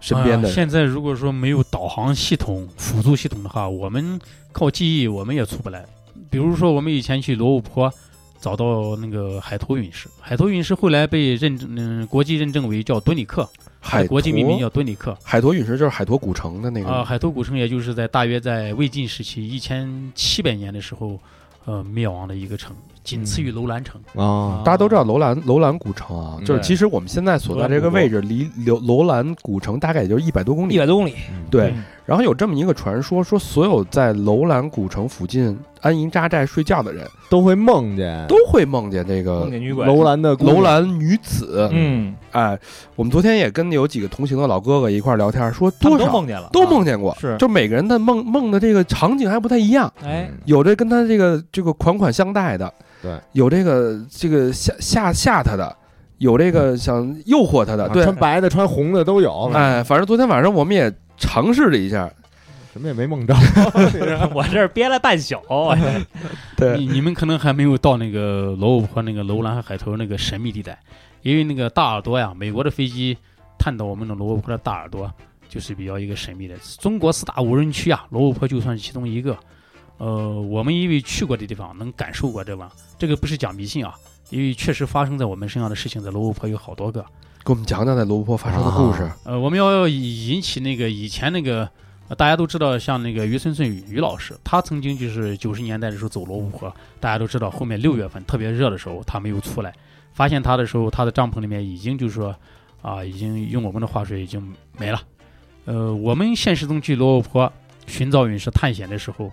身边的呃人现在如果说没有导航系统、辅助系统的话，我们靠记忆我们也出不来。比如说，我们以前去罗布泊找到那个海头陨石，海头陨石后来被认证，嗯、国际认证为叫敦里克，它海的国际命名坨叫敦里克。海坨陨石就是海坨古城的那个啊、海头古城也就是在大约在魏晋时期一千七百年的时候，呃，灭亡的一个城，仅次于嗯楼兰城。啊，大家都知道楼兰楼兰古城啊，嗯就是其实我们现在所在这个位置离楼楼兰古城大概也就一百多公一里。百多公里。嗯嗯对，然后有这么一个传说，说所有在楼兰古城附近安营扎寨睡觉的人都会梦见都会梦见这个梦见女鬼。楼兰的姑娘呃楼，兰女子。嗯，哎，我们昨天也跟有几个同行的老哥哥一块儿聊天，说他们多少都梦见了，啊都梦见过，是就每个人的梦梦的这个场景还不太一样。哎，嗯有这跟他这个这个款款相待的，对，有这个这个吓吓吓他的，有这个想诱惑他的，啊对，穿白的、穿红的都有，嗯哎，反正昨天晚上我们也尝试了一下，什么也没梦着。我这儿憋了半宿，我这对，你你们可能还没有到那个罗布泊那个楼兰和海头那个神秘地带，因为那个大耳朵呀，美国的飞机探到我们的罗布泊的大耳朵，啊就是比较一个神秘的。中国四大无人区啊，罗布泊就算是其中一个。呃，我们因为去过的地方，能感受过这吧？这个不是讲迷信啊，因为确实发生在我们身上的事情，在罗布泊有好多个。给我们讲讲在罗布泊发生的故事。呃，我们要以引起那个以前那个、呃大家都知道，像那个于春顺于老师，他曾经就是九十年代的时候走罗布泊，大家都知道，后面六月份特别热的时候，他没有出来。发现他的时候，他的帐篷里面已经就是说，啊、已经用我们的话说已经没了。呃，我们现实中去罗布泊寻找陨石探险的时候，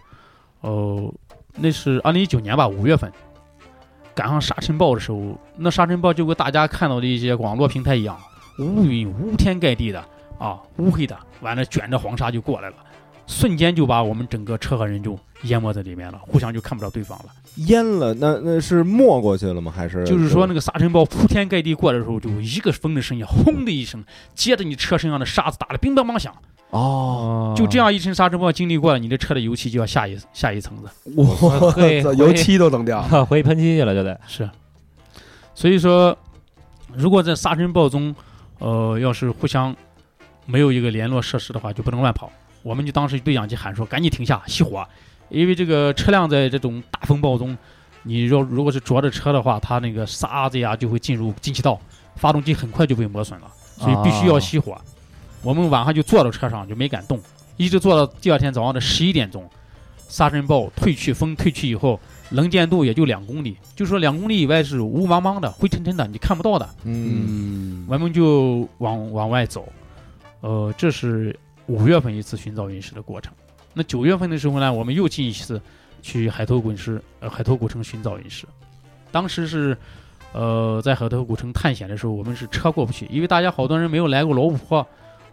哦、那是二零一九年吧，五月份，赶上沙尘暴的时候，那沙尘暴就跟大家看到的一些网络平台一样，乌云铺天盖地的啊，乌黑的，完了卷着黄沙就过来了，瞬间就把我们整个车和人就淹没在里面了，互相就看不到对方了。淹了，那那是没过去了吗？还是就是说那个沙尘暴铺天盖地过来的时候，就一个风的声音，轰的一声，接着你车身上的沙子打得乒乓乓响，哦就这，样一声沙尘暴经历过了，你的车的油漆就要下一下一层子。我 <laughs> 嘿操，油漆都能掉。儿 <laughs> 回喷漆去了就得。是，所以说，如果在沙尘暴中，呃，要是互相没有一个联络设施的话，就不能乱跑。我们就当时对讲机喊说：“赶紧停下，熄火！”因为这个车辆在这种大风暴中，你要如果是着着车的话，它那个沙子呀就会进入进气道，发动机很快就被磨损了，所以必须要熄火。我们晚上就坐到车上就没敢动，一直坐到第二天早上的十一点钟，沙尘暴退去，风退去以后，能见度也就两公里，就说两公里以外是雾茫茫的、灰沉沉的，你看不到的。嗯，嗯，我们就往往外走，呃，这是五月份一次寻找陨石的过程。那九月份的时候呢，我们又进一次去海头古石，呃，海头古城寻找陨石。当时是，呃，在海头古城探险的时候，我们是车过不去，因为大家好多人没有来过罗布泊。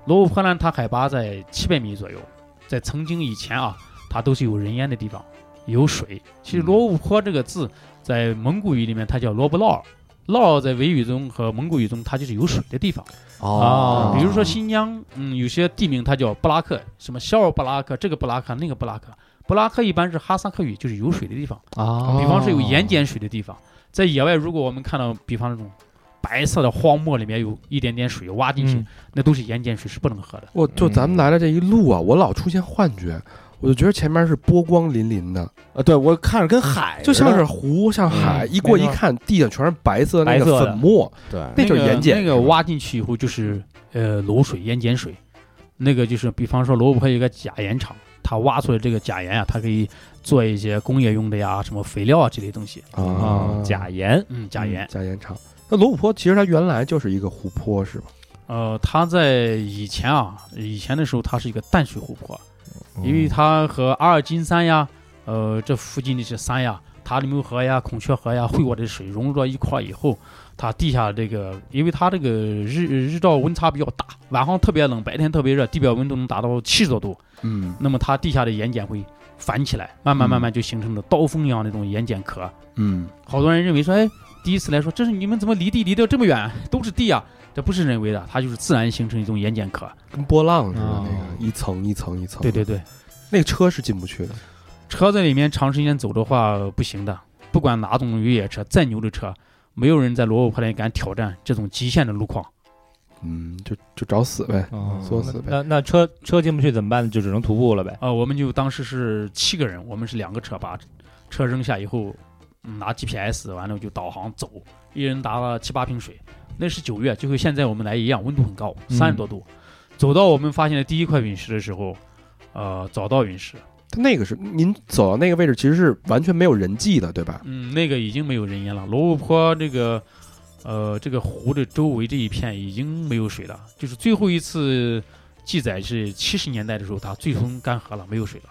罗布泊呢，它海拔在七百米左右，在曾经以前啊，它都是有人烟的地方，有水。其实罗布泊这个字在蒙古语里面它叫罗布劳尔，涝在维语中和蒙古语中，它就是有水的地方。啊哦啊比如说新疆，嗯，有些地名它叫布拉克，什么肖尔布拉克，这个布拉克，那个布拉克。布拉克一般是哈萨克语，就是有水的地方，啊哦比方说有盐碱水的地方。在野外，如果我们看到，比方那种白色的荒漠里面有一点点水挖进去，嗯那都是盐碱水，是不能喝的。我哦就咱们来了这一路啊，我老出现幻觉，我就觉得前面是波光粼粼的，啊，对我看着跟海就似的像是湖，像海，一过一看，地上全是白色的那白色个的粉末，对那就是盐碱那个挖进去以后就是呃卤水、盐碱水，那个就是比方说罗布泊有一个假盐厂，它挖出来这个假盐啊，它可以做一些工业用的呀，什么肥料啊这类东西。啊，假盐嗯，假盐。加盐场。那罗布泊其实它原来就是一个湖泊，是吧？呃，它在以前啊，以前的时候它是一个淡水湖泊，嗯因为它和阿尔金山呀，呃，这附近的这些山呀，塔里木河呀、孔雀河呀， <laughs> 汇过的水融入到一块儿以后，它地下这个，因为它这个日日照温差比较大，晚上特别冷，白天特别热，地表温度能达到七十多度，嗯那么它地下的盐碱会反起来，慢慢慢慢就形成了刀锋一样的那种盐碱壳。嗯，好多人认为说，哎，第一次来说，这是你们怎么离地离得这么远？ <laughs> 都是地啊，这不是人为的，它就是自然形成一种盐碱壳。跟波浪似的哦那个一层一层一层。对对，对，那个车是进不去的。车在里面长时间走的话呃不行的，不管哪种越野车，再牛的车，没有人在罗布泊里敢挑战这种极限的路况。嗯，就就找死呗，哦作死呗。那那车车进不去怎么办？就只能徒步了呗。呃，我们就当时是七个人，我们是两个车把车扔下以后，嗯拿 GPS 完了就导航走，一人拿了七八瓶水。那是九月，就和现在我们来一样，温度很高，三十多度。走到我们发现的第一块陨石的时候，呃，找到陨石，它那个是您走到那个位置，其实是完全没有人迹的，对吧？嗯，那个已经没有人烟了。罗布泊这个，呃，这个湖的周围这一片已经没有水了，就是最后一次记载是七十年代的时候，它最终干涸了，没有水了。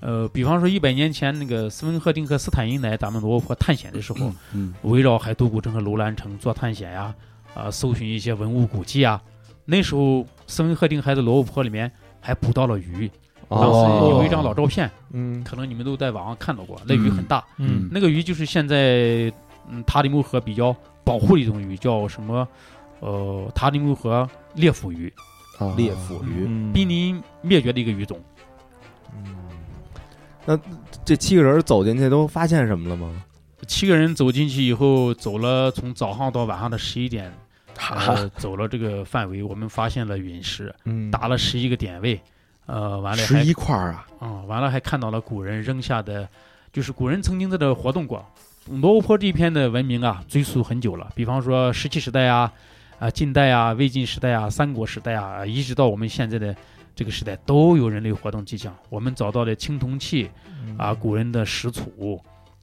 呃，比方说一百年前那个斯文赫定和斯坦因来咱们罗布泊探险的时候，嗯，围绕海都古城和楼兰城做探险呀，啊、搜寻一些文物古迹啊。那时候斯文赫定还在罗布泊里面还捕到了鱼，哦当时有一张老照片，嗯可能你们都在网上看到过，那鱼很大。嗯那个鱼就是现在嗯塔里木河比较保护的一种鱼，叫什么？呃，塔里木河裂腹鱼，啊猎腹鱼。嗯濒临灭绝的一个鱼种。嗯这七个人走进去都发现什么了吗？七个人走进去以后，走了从早上到晚上的十一点， <laughs> 呃，走了这个范围，我们发现了陨石，嗯打了十一个点位，呃，完了十还一块儿啊，嗯，完了还看到了古人扔下的，就是古人曾经在这活动过。罗布泊这片的文明啊，追溯很久了，比方说石器时代啊、啊近代啊、魏晋时代啊、三国时代啊，一直到我们现在的这个时代，都有人类活动迹象。我们找到的青铜器嗯啊，古人的石杵，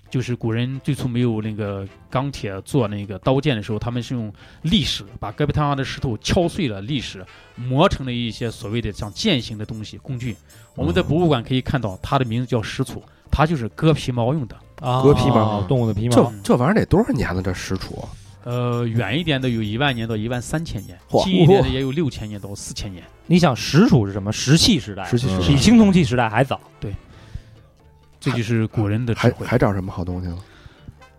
就是古人最初没有那个钢铁做那个刀剑的时候，他们是用砾石把戈壁滩上的石头敲碎了，砾石磨成了一些所谓的像剑形的东西工具。我们在博物馆可以看到，它的名字叫石杵，它就是割皮毛用的。割皮毛哦动物的皮这毛。这玩意儿得多少年了？这石杵呃，远一点的有一万年到一万三千年，嚯近一点的也有六千年到四千年。你想石属是什么？石器时代，哎石器时代比青铜器时代还早。这就是古人的智还慧。还找什么好东西了？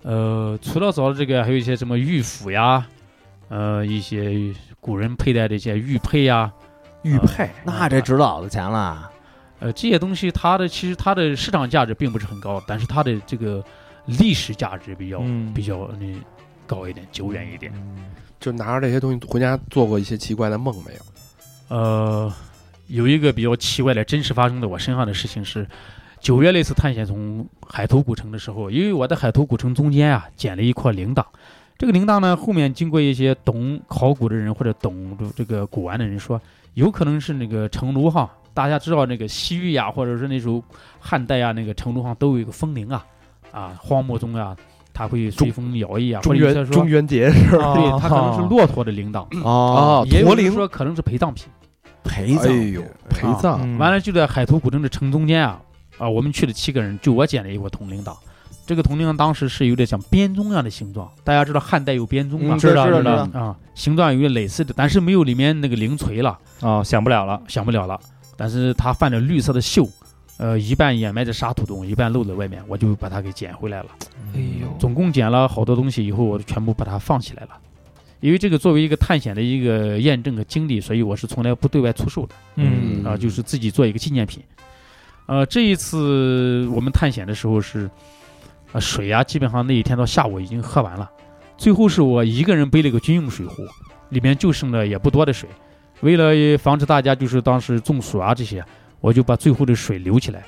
呃，除了找到这个，还有一些什么玉斧呀，呃，一些古人佩戴的一些玉佩啊呀，玉佩啊那这值多少的钱了？呃，这些东西它的其实它的市场价值并不是很高，但是它的这个历史价值比较、嗯比较那高一点，久远一点。就拿着这些东西回家做过一些奇怪的梦没有？呃，有一个比较奇怪的，真实发生在我身上的事情是，九月那次探险从海头古城的时候，因为我在海头古城中间啊捡了一块铃铛，这个铃铛呢后面经过一些懂考古的人或者懂这个古玩的人说，有可能是那个成卢哈，大家知道那个西域啊呀，或者是那时候汉代啊，那个成卢哈都有一个风铃啊，啊荒漠中啊。它会随风摇曳啊，或中者有些元说中，元节对，它可能是骆驼的铃铛，哦，啊也有啊驼人铃，说可能是陪葬品。陪哎呦，陪葬，嗯完了就在海图古镇的城中间啊，啊，我们去了七个人，就我捡了一块铜铃铛。这个铜铃铛当时是有点像编钟一样的形状，大家知道汉代有编钟吗？嗯知道知道知道啊、形状有点类似的，但是没有里面那个铃槌了，哦，想不了了。想不了了。但是它泛着绿色的锈，呃，一半掩埋在沙土中，一半露在外面，我就把它给捡回来了。哎呦，总共捡了好多东西以后，我全部把它放起来了。因为这个作为一个探险的一个验证和经历，所以我是从来不对外出售的嗯啊、就是自己做一个纪念品。呃，这一次我们探险的时候是，呃，水啊，基本上那一天到下午已经喝完了，最后是我一个人背了个军用水壶，里面就剩了也不多的水。为了防止大家就是当时中暑啊这些，我就把最后的水留起来，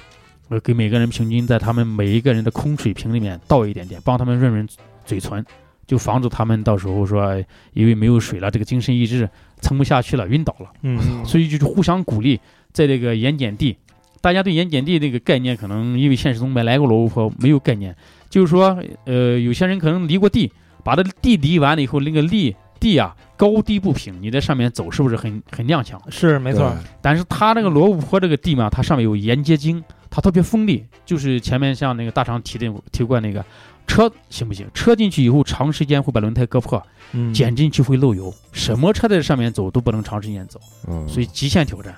我给每个人平均在他们每一个人的空水瓶里面倒一点点，帮他们润润嘴唇，就防止他们到时候说哎因为没有水了，这个精神意志撑不下去了，晕倒了。 <laughs> 嗯所以就是互相鼓励，在这个盐碱地，大家对盐碱地这个概念，可能因为现实中没来过罗布泊，没有概念，就是说，呃，有些人可能犁过地，把这地犁完了以后，那个地地啊高低不平，你在上面走是不是很很踉跄？是没错，但是它这个罗布泊这个地嘛，它上面有盐结晶，它特别锋利，就是前面像那个大肠提的提过那个车行不行？车进去以后，长时间会把轮胎割破，嗯减震器会漏油，什么车在上面走都不能长时间走。嗯，所以极限挑战。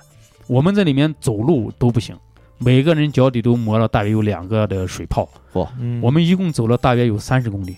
我们在里面走路都不行，每个人脚底都磨了大约有两个的水泡。嗯我们一共走了大约有三十公里，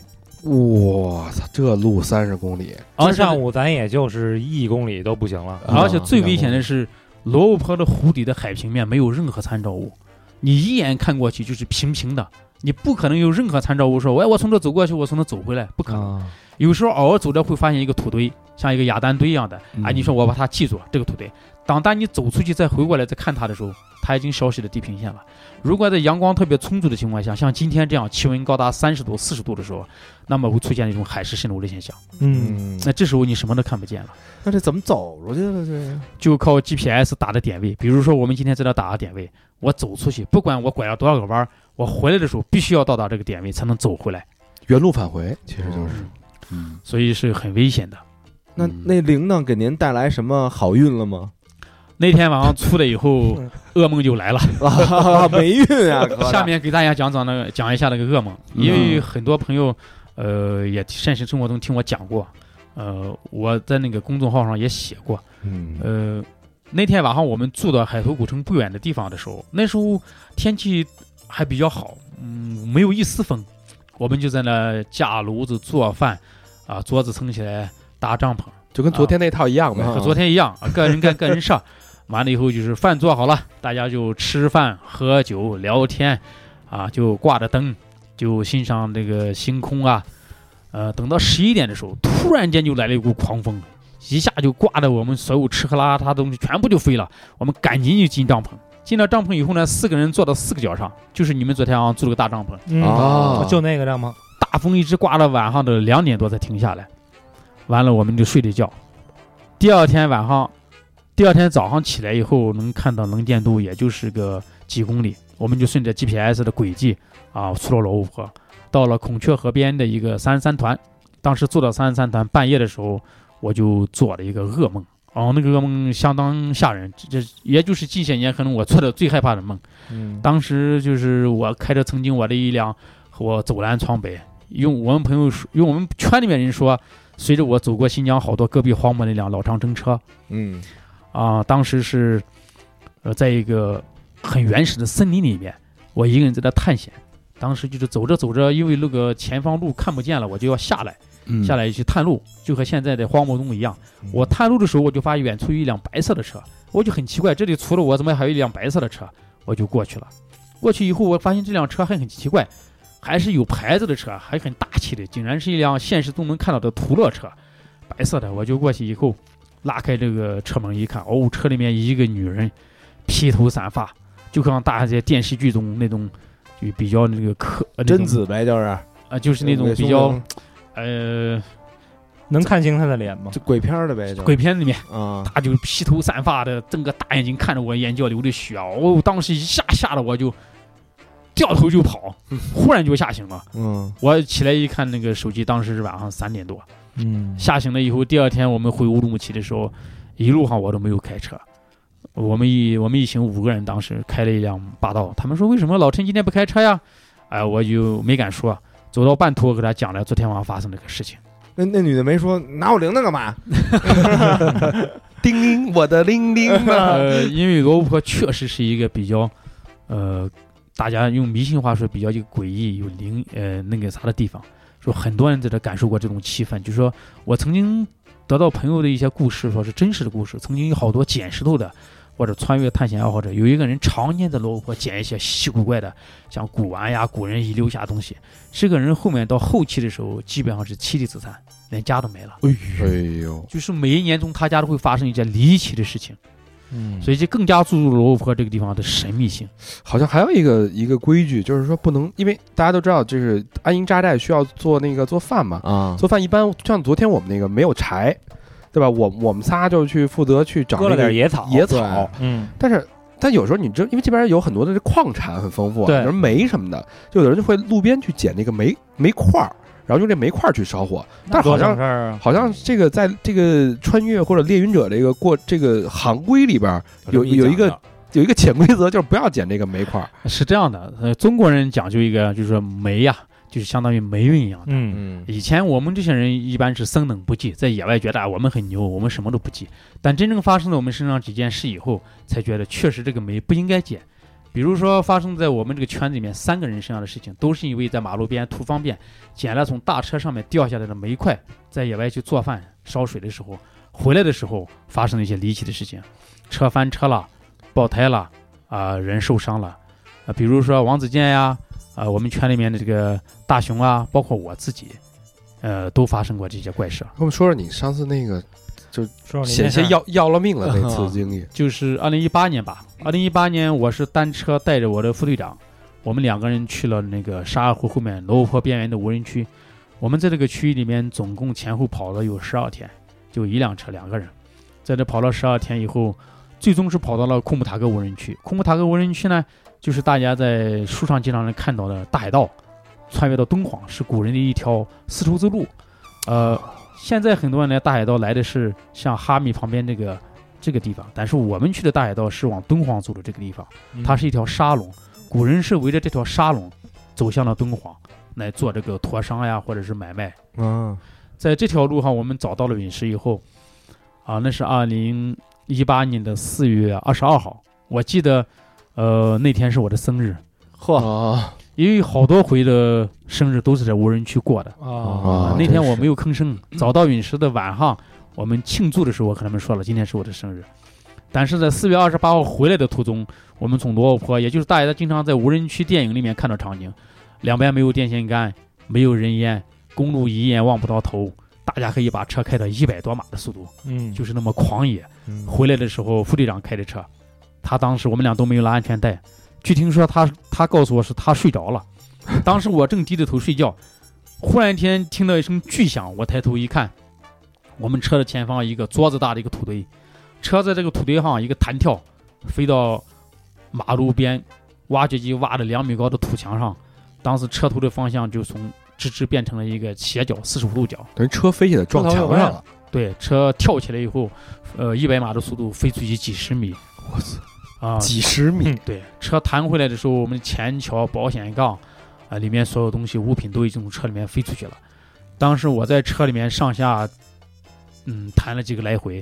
我操，这路三十公里，而今且哦上午咱也就是一公里都不行了，嗯而且最危险的是，罗布泊的湖底的海平面没有任何参照物，你一眼看过去就是平平的，你不可能有任何参照物说，哎，我从这走过去，我从那走回来，不可能。啊，有时候偶尔走着会发现一个土堆，像一个雅丹堆一样的，啊，你说我把它记住这个土堆，等当你走出去再回过来再看它的时候，它已经消失的地平线了。如果在阳光特别充足的情况下，像今天这样气温高达三十度、四十度的时候，那么会出现一种海市蜃楼的现象。嗯，嗯，那这时候你什么都看不见了，那这怎么走出去了？这就靠 GPS 打的点位。比如说我们今天在这打的点位，我走出去，不管我拐了多少个弯儿，我回来的时候必须要到达这个点位才能走回来，原路返回，其实就是嗯，所以是很危险的。那那铃铛给您带来什么好运了吗？那天晚上出来以后，噩梦就来了。啊，霉运 <laughs> 啊！哥下面给大家讲讲那个讲一下那个噩梦，因为很多朋友，呃，也现实生活中听我讲过，呃，我在那个公众号上也写过，嗯呃，那天晚上我们住到海头古城不远的地方的时候，那时候天气还比较好，嗯，没有一丝风，我们就在那架炉子做饭，啊，桌子撑起来搭帐篷，就跟昨天那套一样呗。和昨天一样，啊个人干个人上。完了以后就是饭做好了，大家就吃饭、喝酒、聊天，啊，就挂着灯，就欣赏这个星空啊。呃，等到十一点的时候，突然间就来了一股狂风，一下就刮的我们所有吃喝拉撒的东西全部就飞了。我们赶紧就进帐篷，进了帐篷以后呢，四个人坐到四个脚上，就是你们昨天啊住了个大帐篷，啊，就那个帐篷，大风一直刮到晚上的两点多才停下来，完了我们就睡了觉。第二天晚上，第二天早上起来以后，能看到能见度也就是个几公里，我们就顺着 GPS 的轨迹啊，出了罗布泊，到了孔雀河边的一个三十三团。当时坐到三十三团，半夜的时候我就做了一个噩梦，哦，那个噩梦相当吓人，这这也就是近些年可能我做的最害怕的梦。嗯，当时就是我开着曾经我的一辆，我走南闯北，用我们朋友说，用我们圈里面人说，随着我走过新疆好多戈壁荒漠那辆老长征车嗯，啊、当时是，呃，在一个很原始的森林里面，我一个人在那探险。当时就是走着走着，因为那个前方路看不见了，我就要下来，下来去探路，就和现在的荒漠中一样。我探路的时候，我就发现远处有一辆白色的车，我就很奇怪，这里除了我，怎么还有一辆白色的车？我就过去了。过去以后，我发现这辆车还很奇怪，还是有牌子的车，还很大气的，竟然是一辆现实中能看到的途乐车，白色的。我就过去以后，拉开这个车门一看，哦，车里面一个女人，披头散发，就像大家电视剧中那种，就比较那个可呃那贞种子呗，就是啊、就是那种比较呃能看清他的脸吗？就鬼片儿的呗，就鬼片里面。啊，他就披头散发的，瞪个大眼睛看着我，眼角流着血啊！哦，当时一下吓得我就掉头就跑，忽然就吓醒了。嗯我起来一看那个手机，当时是晚上三点多。嗯吓醒了以后，第二天我们回乌鲁木齐的时候，一路上我都没有开车。我们一我们一行五个人，当时开了一辆霸道。他们说为什么老陈今天不开车呀？哎，我就没敢说。走到半途，我给他讲了昨天晚上发生的个事情。那那女的没说拿我铃铛干嘛？叮铃，我的铃铃啊！ <laughs> 呃，因为罗布泊确实是一个比较呃，大家用迷信话说比较一个诡异有灵呃那个啥的地方，说很多人在这感受过这种气氛，就说我曾经得到朋友的一些故事，说是真实的故事，曾经有好多捡石头的。或者穿越探险爱好者，有一个人常年在罗布泊捡一些稀奇古怪的，像古玩呀、古人遗留下的东西。这个人后面到后期的时候，基本上是妻离子散，连家都没了。 <laughs> 哎呦，就是每一年中他家都会发生一件离奇的事情，嗯所以这更加注入罗布泊这个地方的神秘性。好像还有一个一个规矩，就是说不能，因为大家都知道，就是安营扎寨需要做那个做饭嘛，啊，做饭一般像昨天我们那个没有柴，对吧？我我们仨就去负责去找割了那个点野草，野草，嗯，但是但有时候你知，因为这边有很多的这矿产很丰富啊，对有人煤什么的，就有人就会路边去捡那个煤煤块儿，然后用这煤块儿去烧火，但是好像多省事儿啊好像这个在这个穿越或者猎云者这个过这个行规里边儿有有一个有一个潜规则，就是不要捡这个煤块儿。是这样的，呃，中国人讲究一个就是说霉呀、就是相当于霉运一样的。嗯嗯以前我们这些人一般是生冷不忌，在野外觉得啊我们很牛，我们什么都不忌。但真正发生在我们身上几件事以后，才觉得确实这个煤不应该捡。比如说发生在我们这个圈子里面三个人身上的事情，都是因为在马路边图方便捡了从大车上面掉下来的煤块，在野外去做饭烧水的时候，回来的时候发生了一些离奇的事情，车翻车了，爆胎了，啊、人受伤了，啊、比如说王子健呀，啊、我们圈里面的这个大熊啊，包括我自己，呃，都发生过这些怪事儿。跟我们说说你上次那个说说您险这事些儿要要了命了那次经历，就是二零一八年吧，二零一八年我是单车带着我的副队长，我们两个人去了那个沙二湖后面罗布泊边缘的无人区。我们在这个区域里面总共前后跑了有十二天，就一辆车两个人，在这跑了十二天以后，最终是跑到了库姆塔格无人区。库姆塔格无人区呢，就是大家在书上经常能看到的大海盗，穿越到敦煌是古人的一条丝绸之路。呃，现在很多人来大海盗来的是像哈密旁边这个这个地方，但是我们去的大海盗是往敦煌走的这个地方，嗯它是一条沙龙，古人是围着这条沙龙走向了敦煌，来做这个驼商呀，或者是买卖。啊，在这条路上，我们找到了陨石以后，啊，那是二零一八年的四月二十二号，我记得，呃，那天是我的生日，嚯，啊因为好多回的生日都是在无人区过的。哦啊那天我没有吭声。找到陨石的晚上，我们庆祝的时候，我和他们说了，今天是我的生日。但是在四月二十八号回来的途中，我们从罗布泊，也就是大家经常在无人区电影里面看到场景，两边没有电线杆，没有人烟，公路一眼望不到头，大家可以把车开到一百多码的速度，嗯就是那么狂野。回来的时候，副队长开的车，他当时我们俩都没有拉安全带。据听说他他告诉我是他睡着了，当时我正低着头睡觉，忽然间听到一声巨响，我抬头一看，我们车的前方一个桌子大的一个土堆，车在这个土堆上一个弹跳，飞到马路边挖掘机挖的两米高的土墙上，当时车头的方向就从直直变成了一个斜角四十五度角。等于车飞起来撞墙上了，对，车跳起来以后，呃，一百码的速度飞出去几十米，我操，啊、哦几十米对，车弹回来的时候，我们前桥、保险杠啊、里面所有东西、物品都已经从车里面飞出去了。当时我在车里面上下，嗯，弹了几个来回，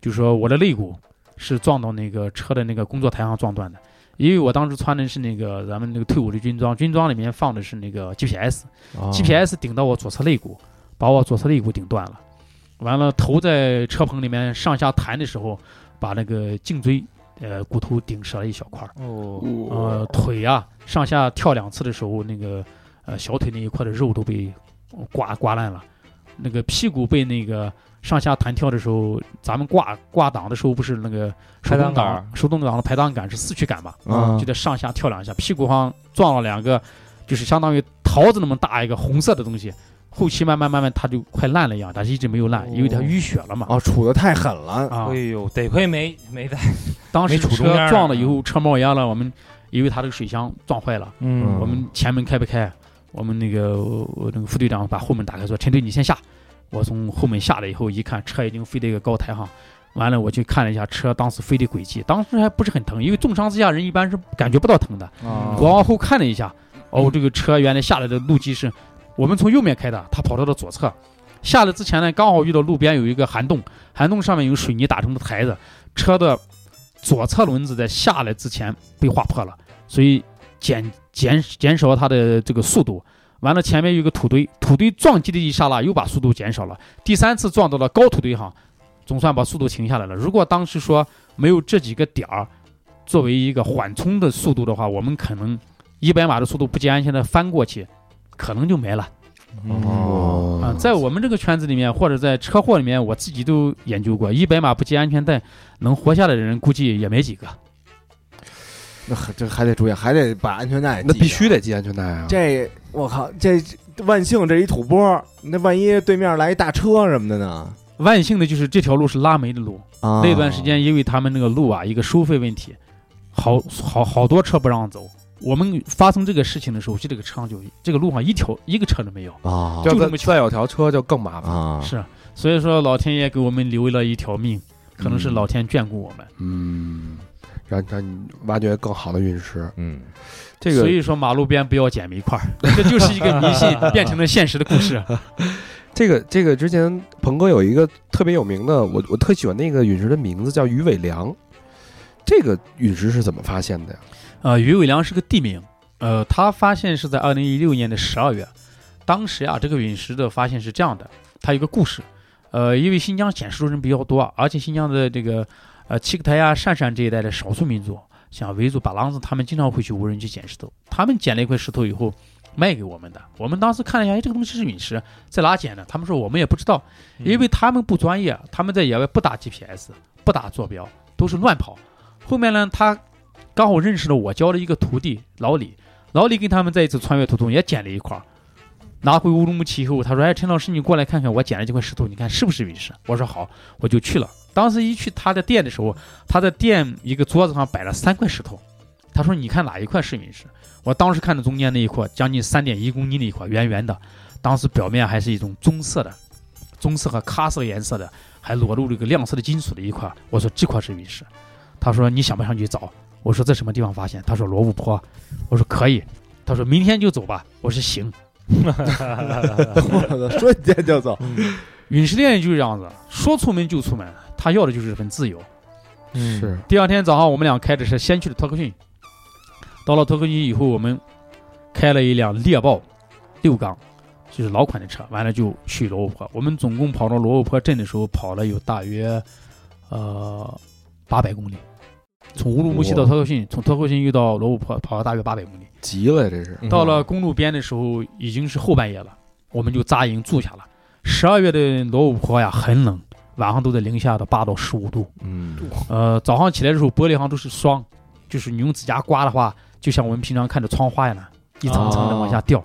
就说我的肋骨是撞到那个车的那个工作台上撞断的，因为我当时穿的是那个咱们那个退伍的军装，军装里面放的是那个 GPS，GPS 哦顶到我左侧肋骨，把我左侧肋骨顶断了。完了，头在车棚里面上下弹的时候，把那个颈椎呃骨头顶折了一小块儿。哦，呃，腿呀、上下跳两次的时候，那个呃小腿那一块的肉都被刮刮烂了。那个屁股被那个上下弹跳的时候，咱们挂挂档的时候不是那个手排档动杆嗯挡手动挡的排档杆是四驱杆吧？啊就得上下跳两下，屁股上撞了两个，就是相当于桃子那么大一个红色的东西。后期慢慢慢慢，它就快烂了一样，但是一直没有哦烂，因为它淤血了嘛。哦，杵的太狠了，啊哎，呦，得亏没没在，当时没杵中间车儿撞了以后，车冒烟了，我们因为它这个水箱撞坏了，嗯我们前门开不开，我们那个我我那个副队长把后门打开说：“陈队，你先下。”我从后门下来以后，一看车已经飞到一个高台上，完了我去看了一下车当时飞的轨迹，当时还不是很疼，因为重伤之下人一般是感觉不到疼的。啊我往后看了一下，哦，这个车原来下来的路基是，我们从右面开的，它跑到了左侧。下来之前呢，刚好遇到路边有一个涵洞，涵洞上面有水泥打成的台子，车的左侧轮子在下来之前被划破了，所以减减减少它的这个速度。完了，前面有一个土堆，土堆撞击的一刹那又把速度减少了。第三次撞到了高土堆上，总算把速度停下来了。如果当时说没有这几个点儿作为一个缓冲的速度的话，我们可能一百码的速度不安全的翻过去，可能就没了。嗯哦嗯啊，在我们这个圈子里面，或者在车祸里面，我自己都研究过，一百码不系安全带能活下来的人，估计也没几个。那这还得注意，还得把安全带系那上必须得系安全带啊！这我靠，这万幸这一土坡，那万一对面来一大车什么的呢？万幸的就是这条路是拉煤的路，啊，那段时间因为他们那个路啊，一个收费问题，好好好多车不让走。我们发生这个事情的时候，就这个车上就这个路上一条一个车都没有，啊要就这再么巧再有条车就更麻烦。啊，是，所以说老天爷给我们留了一条命，嗯可能是老天眷顾我们。嗯，让让你挖掘更好的陨石。嗯， <laughs> 这所个以说马路边不要捡煤块儿， <laughs> 这就是一个 <laughs> 迷信变成了现实的故事。这个这个之前鹏哥有一个特别有名的，我我特喜欢那个陨石的名字叫鱼尾梁。这个陨石是怎么发现的呀？呃，于伟良是个地名，呃，他发现是在二零一六年的十二月。当时啊，这个陨石的发现是这样的，它有个故事。呃，因为新疆捡石头人比较多，而且新疆的这个呃七克台呀、鄯善这一带的少数民族，像维族、巴郎子，他们经常会去无人区捡石头。他们捡了一块石头以后，卖给我们的。我们当时看了一下，哎，这个东西是陨石，在哪捡的？他们说我们也不知道，因为他们不专业，他们在野外不打 GPS，不打坐标，都是乱跑。后面呢，他刚好认识了我教的一个徒弟老李，老李跟他们在一次穿越途中也捡了一块儿，拿回乌鲁木齐以后，他说：“哎，陈老师，你过来看看我捡了这块石头，你看是不是陨石？”我说：“好。”我就去了。当时一去他的店的时候，他的店一个桌子上摆了三块石头，他说：“你看哪一块是陨石？”我当时看的中间那一块，将近三点一公斤的一块，圆圆的，当时表面还是一种棕色的，棕色和咖色颜色的，还裸露了一个亮色的金属的一块。我说：“这块是陨石。”他说：“你想不想去找？”我说在什么地方发现？他说罗布泊。我说可以。他说明天就走吧。我说行。我操，瞬间就走，陨石恋就是这样子，说出门就出门，他要的就是这份自由。嗯是第二天早上，我们俩开着车先去了托克逊。到了托克逊以后，我们开了一辆猎豹六缸，就是老款的车。完了就去罗布泊。我们总共跑到罗布泊镇的时候，跑了有大约呃八百公里，从乌鲁木齐到托克逊，从托克逊又到罗布泊，跑了大约八百公里。急了呀，这嗯是到了公路边的时候，已经是后半夜了，我们就扎营住下了。十二月的罗布泊呀，很冷，晚上都在零下的八到十五度。嗯，呃，早上起来的时候，玻璃上都是霜，就是你用指甲刮的话，就像我们平常看着窗花一样，一层层的往下掉。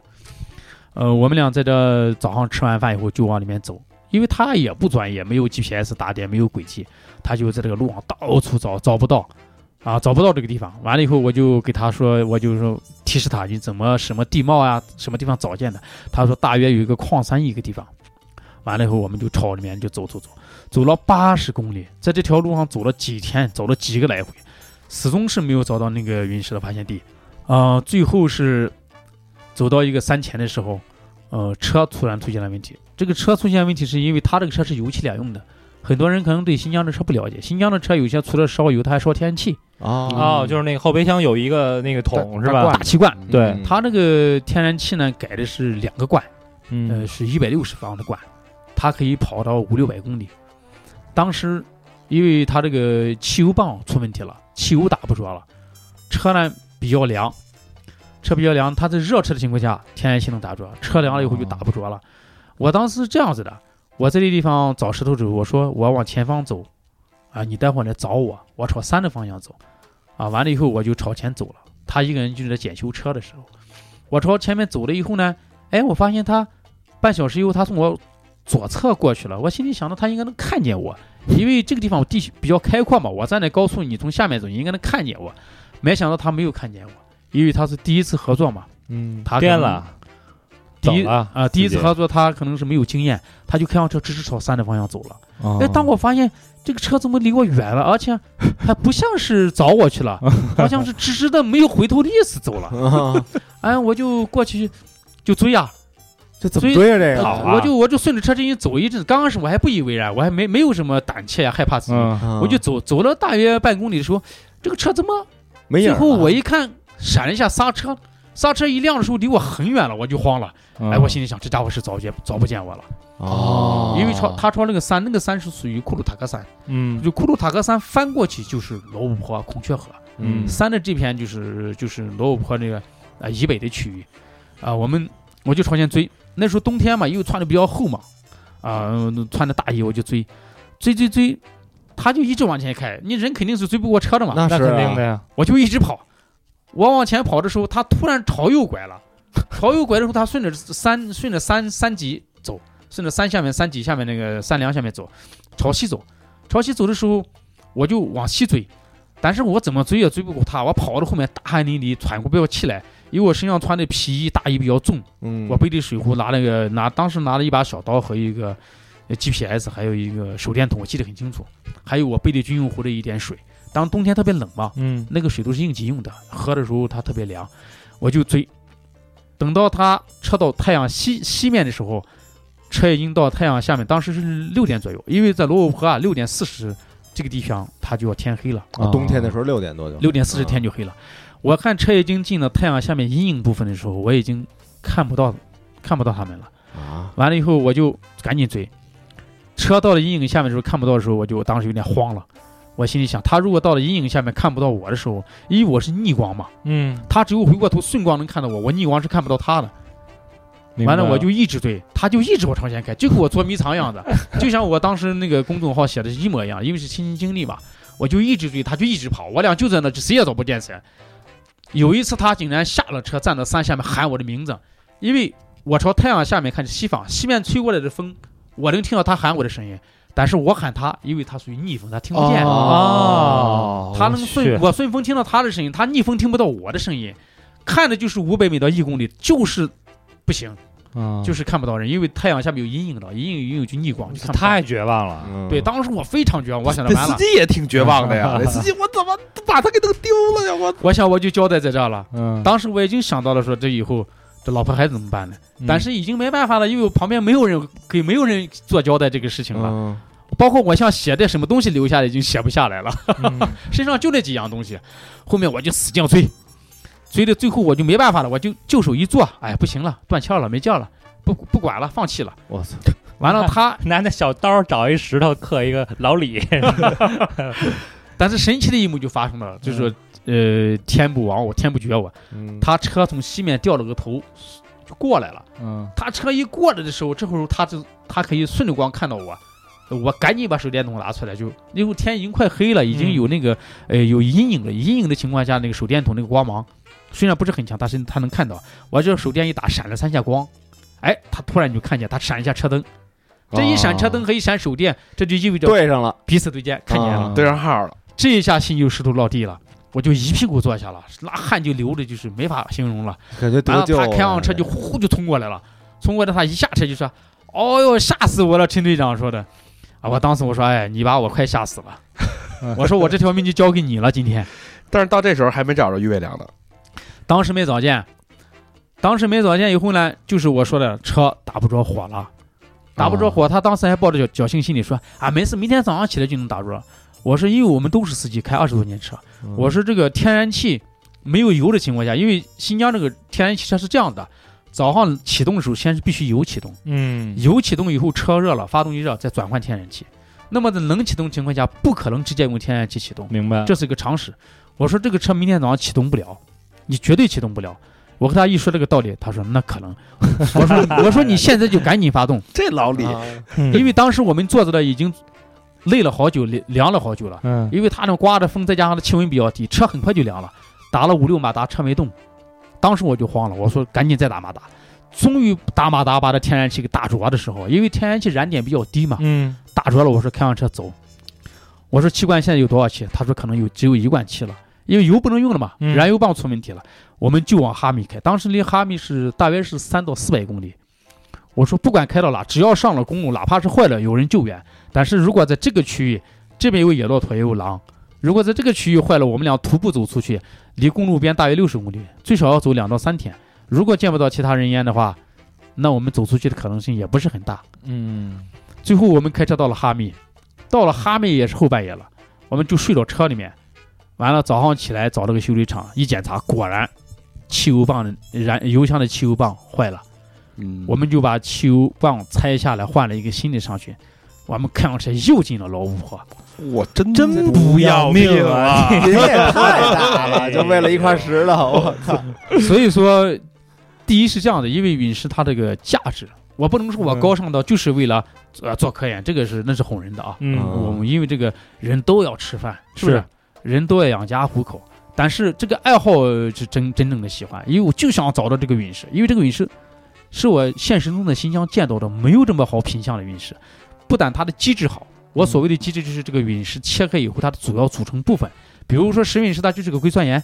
呃，我们俩在这早上吃完饭以后就往里面走，因为他也不专业，没有 GPS 打点，没有轨迹，他就在这个路上到处找，找不到，啊，找不到这个地方。完了以后，我就给他说，我就说提示他你怎么什么地貌啊，什么地方找见的。他说大约有一个矿山一个地方。完了以后，我们就朝里面就走走走，走了八十公里，在这条路上走了几天，走了几个来回，始终是没有找到那个陨石的发现地。呃，最后是走到一个山前的时候，呃，车突然出现了问题。这个车出现问题是因为它这个车是油气两用的，很多人可能对新疆的车不了解。新疆的车有些除了烧油，它还烧天然气，啊啊哦，就是那个后备箱有一个那个桶是吧？大气罐。对，它那个天然气呢，改的是两个罐，嗯呃，是一百六十方的罐，它可以跑到五六百公里。当时因为它这个汽油泵出问题了，汽油打不着了，车呢比较凉，车比较凉，它在热车的情况下，天然气能打着，车凉了以后就打不啊着了。我当时是这样子的，我在这地方找石头时候，我说我要往前方走，啊，你待会儿来找我，我朝山的方向走，啊，完了以后我就朝前走了。他一个人就是在检修车的时候，我朝前面走了以后呢，哎，我发现他半小时以后，他从我左侧过去了。我心里想着他应该能看见我，因为这个地方地形比较开阔嘛，我站在高处，你从下面走，你应该能看见我。没想到他没有看见我，因为他是第一次合作嘛，嗯，他可颠能了，第一走啊了、第一直次接合作他可能是没有经验，他就开上车直直朝山的方向走了。哦哎，当我发现这个车怎么离我远了，而且还不像是找我去了，好像是直直的没有回头的意思走了。哎，我就过去就追啊， <laughs> 这怎所么以追啊？这呃个好啊我就我就顺着车这一走一阵子，刚开始我还不以为然，我还没没有什么胆怯呀、害怕嗯什么，啊我就走走了大约半公里的时候，这个车怎么没影最儿后了我一看，闪了一下刹车，刹车一亮的时候离我很远了，我就慌了。嗯哎，我心里想，这家伙是早见早不见我了，哦因为超他穿那个山，那个山是属于库鲁塔克山，嗯就库鲁塔克山翻过去就是罗布泊、孔雀河，嗯山的这片就是就是罗布泊那个啊、呃以北的区域，啊、我们我就朝前追，那时候冬天嘛，因为穿的比较厚嘛，啊、嗯穿着大衣我就追，追追追，他就一直往前开，你人肯定是追不过车的嘛，那那是肯定啊的呀，我就一直跑，我往前跑的时候，他突然朝右拐了， <laughs> 朝右拐的时候，他顺着山顺着山山脊走，顺着山下面山脊下面那个山梁下面走，朝西走，朝西走的时候，我就往西追，但是我怎么追也追不过他，我跑到后面大汗淋漓，喘过不要气来，因为我身上穿的皮衣大衣比较重，嗯我背着水壶，拿那个拿当时拿了一把小刀和一个呃 GPS，还有一个手电筒，我记得很清楚，还有我背的军用壶的一点水。当冬天特别冷嘛，嗯那个水都是应急用的，喝的时候它特别凉，我就追。等到它车到太阳西西面的时候，车已经到太阳下面，当时是六点左右，因为在罗布泊啊，六点四十这个地方它就要天黑了，啊冬天的时候六点多就六点四十天就黑了。我看车已经进了太阳下面阴影部分的时候，我已经看不到看不到他们了。啊，完了以后我就赶紧追，车到了阴影下面的时候看不到的时候，我就当时有点慌了。我心里想，他如果到了阴影下面看不到我的时候，因为我是逆光嘛，嗯，他只有回过头顺光能看到我，我逆光是看不到他的。明白完了我就一直追，他就一直往朝前开，就跟我捉迷藏 <laughs> 一样的，就像我当时那个公众号写的是一模一样，因为是亲身经历嘛，我就一直追，他就一直跑，我俩就在那谁也找不见谁。有一次他竟然下了车，站到山下面喊我的名字，因为我朝太阳下面看着西方，西面吹过来的风，我能听到他喊我的声音，但是我喊他，因为他属于逆风，他听不见。哦，他能去顺我顺风听到他的声音，他逆风听不到我的声音，看的就是五百米到一公里，就是不行，嗯就是看不到人，因为太阳下面有阴影的，阴影阴影就逆光，就看不到太绝望了，嗯对。当时我非常绝望，我想着这完司 <laughs> 了，机也挺绝望的呀，那司机我怎么把他给弄丢了呀？我我想我就交代在这儿了。嗯，当时我已经想到了说这以后这老婆孩子怎么办呢？嗯但是已经没办法了，因为我旁边没有人给没有人做交代这个事情了，嗯包括我想写点什么东西留下来已经写不下来了。嗯 <laughs> 身上就那几样东西，后面我就使劲追，追到最后我就没办法了，我就就手一做，哎，不行了，断窍了，没劲儿了，不不管了，放弃了。我操，完了他，拿那小刀找一石头刻一个老李，但是神奇的一幕就发生了，就是说，呃，天不亡我，天不绝我，嗯他车从西面掉了个头，就过来了。嗯，他车一过来的时候，这会儿他就他可以顺着光看到我，我赶紧把手电筒拿出来，就因为天已经快黑了，已经有那个、呃有阴影了，阴影的情况下，那个手电筒那个光芒虽然不是很强，但是他能看到。我这手电一打，闪了三下光，哎，他突然就看见他闪一下车灯，这一闪车灯和一闪手电，这就意味着对上了，彼此对见，看见了。哦啊对上号了，这一下心就石头落地了。我就一屁股坐下了，那汗就流的，就是没法形容了。感觉然得后救哎他了。开上车就呼呼就冲过来了，冲过来他一下车就说：“哦呦，吓死我了！”陈队长说的。啊，我当时我说：“哎，你把我快吓死了。” <laughs> 我说：“我这条命就交给你了。”今天但是到这时候还没找着于伟良呢。当时没找见，当时没找见以后呢，就是我说的车打不着火了，打不啊着啊火。他当时还抱着侥侥幸心理说：“啊，没事，明天早上起来就能打着。”我说：“因为我们都是司机，开二十多年车，嗯我说这个天然气没有油的情况下，因为新疆这个天然气车是这样的，早上启动的时候先是必须油启动，嗯油启动以后车热了，发动机热再转换天然气。那么在冷启动情况下，不可能直接用天然气启动， <laughs> 明白，这是一个常识。我说这个车明天早上启动不了，你绝对启动不了。我和他一说这个道理，他说那可能。我说 <laughs> 我说你现在就赶紧发动，这老李，啊 <laughs> 因因为当时我们坐着的已经累了好久，凉凉了好久了。嗯因为他那刮着风，再加上它气温比较低，车很快就凉了。打了五六马达，车没动，当时我就慌了，我说赶紧再打马达。终于打马达把这天然气给打啊着的时候，因为天然气燃点比较低嘛，嗯打着了。我说开上车走，我说气罐现在有多少气？他说可能有只有一罐气了，因为油不能用了嘛，嗯燃油棒出问题了，我们就往哈密开。当时离哈密是大约是三到四百公里。我说不管开到哪，只要上了公路，哪怕是坏了有人救援，但是如果在这个区域，这边有野骆驼也有狼，如果在这个区域坏了，我们俩徒步走出去，离公路边大约六十公里，最少要走两到三天。如果见不到其他人烟的话，那我们走出去的可能性也不是很大。嗯最后我们开车到了哈密，到了哈密也是后半夜了，我们就睡到车里面。完了早上起来找了个修理厂，一检查果然汽油棒的燃油箱的汽油棒坏了，嗯我们就把汽油棒拆下来换了一个新的上去。我们看上去又进了老五河，我真真不要命啊！人家也太大了，就为了一块石头，我靠！所以说，第一是这样的，因为陨石它这个价值，我不能说我高尚到就是为了呃做科研，这个是那是哄人的啊。 <laughs> <laughs> 嗯我们因为这个人都要吃饭，是不是？是人都要养家糊口，但是这个爱好呃是真真正的喜欢，因为我就想找到这个陨石，因为这个陨石是我现实中的新疆见到的没有这么好品相的陨石，不但它的机制好，我所谓的机制就是这个陨石切开以后它的主要组成部分，比如说石陨石它就是个硅酸盐。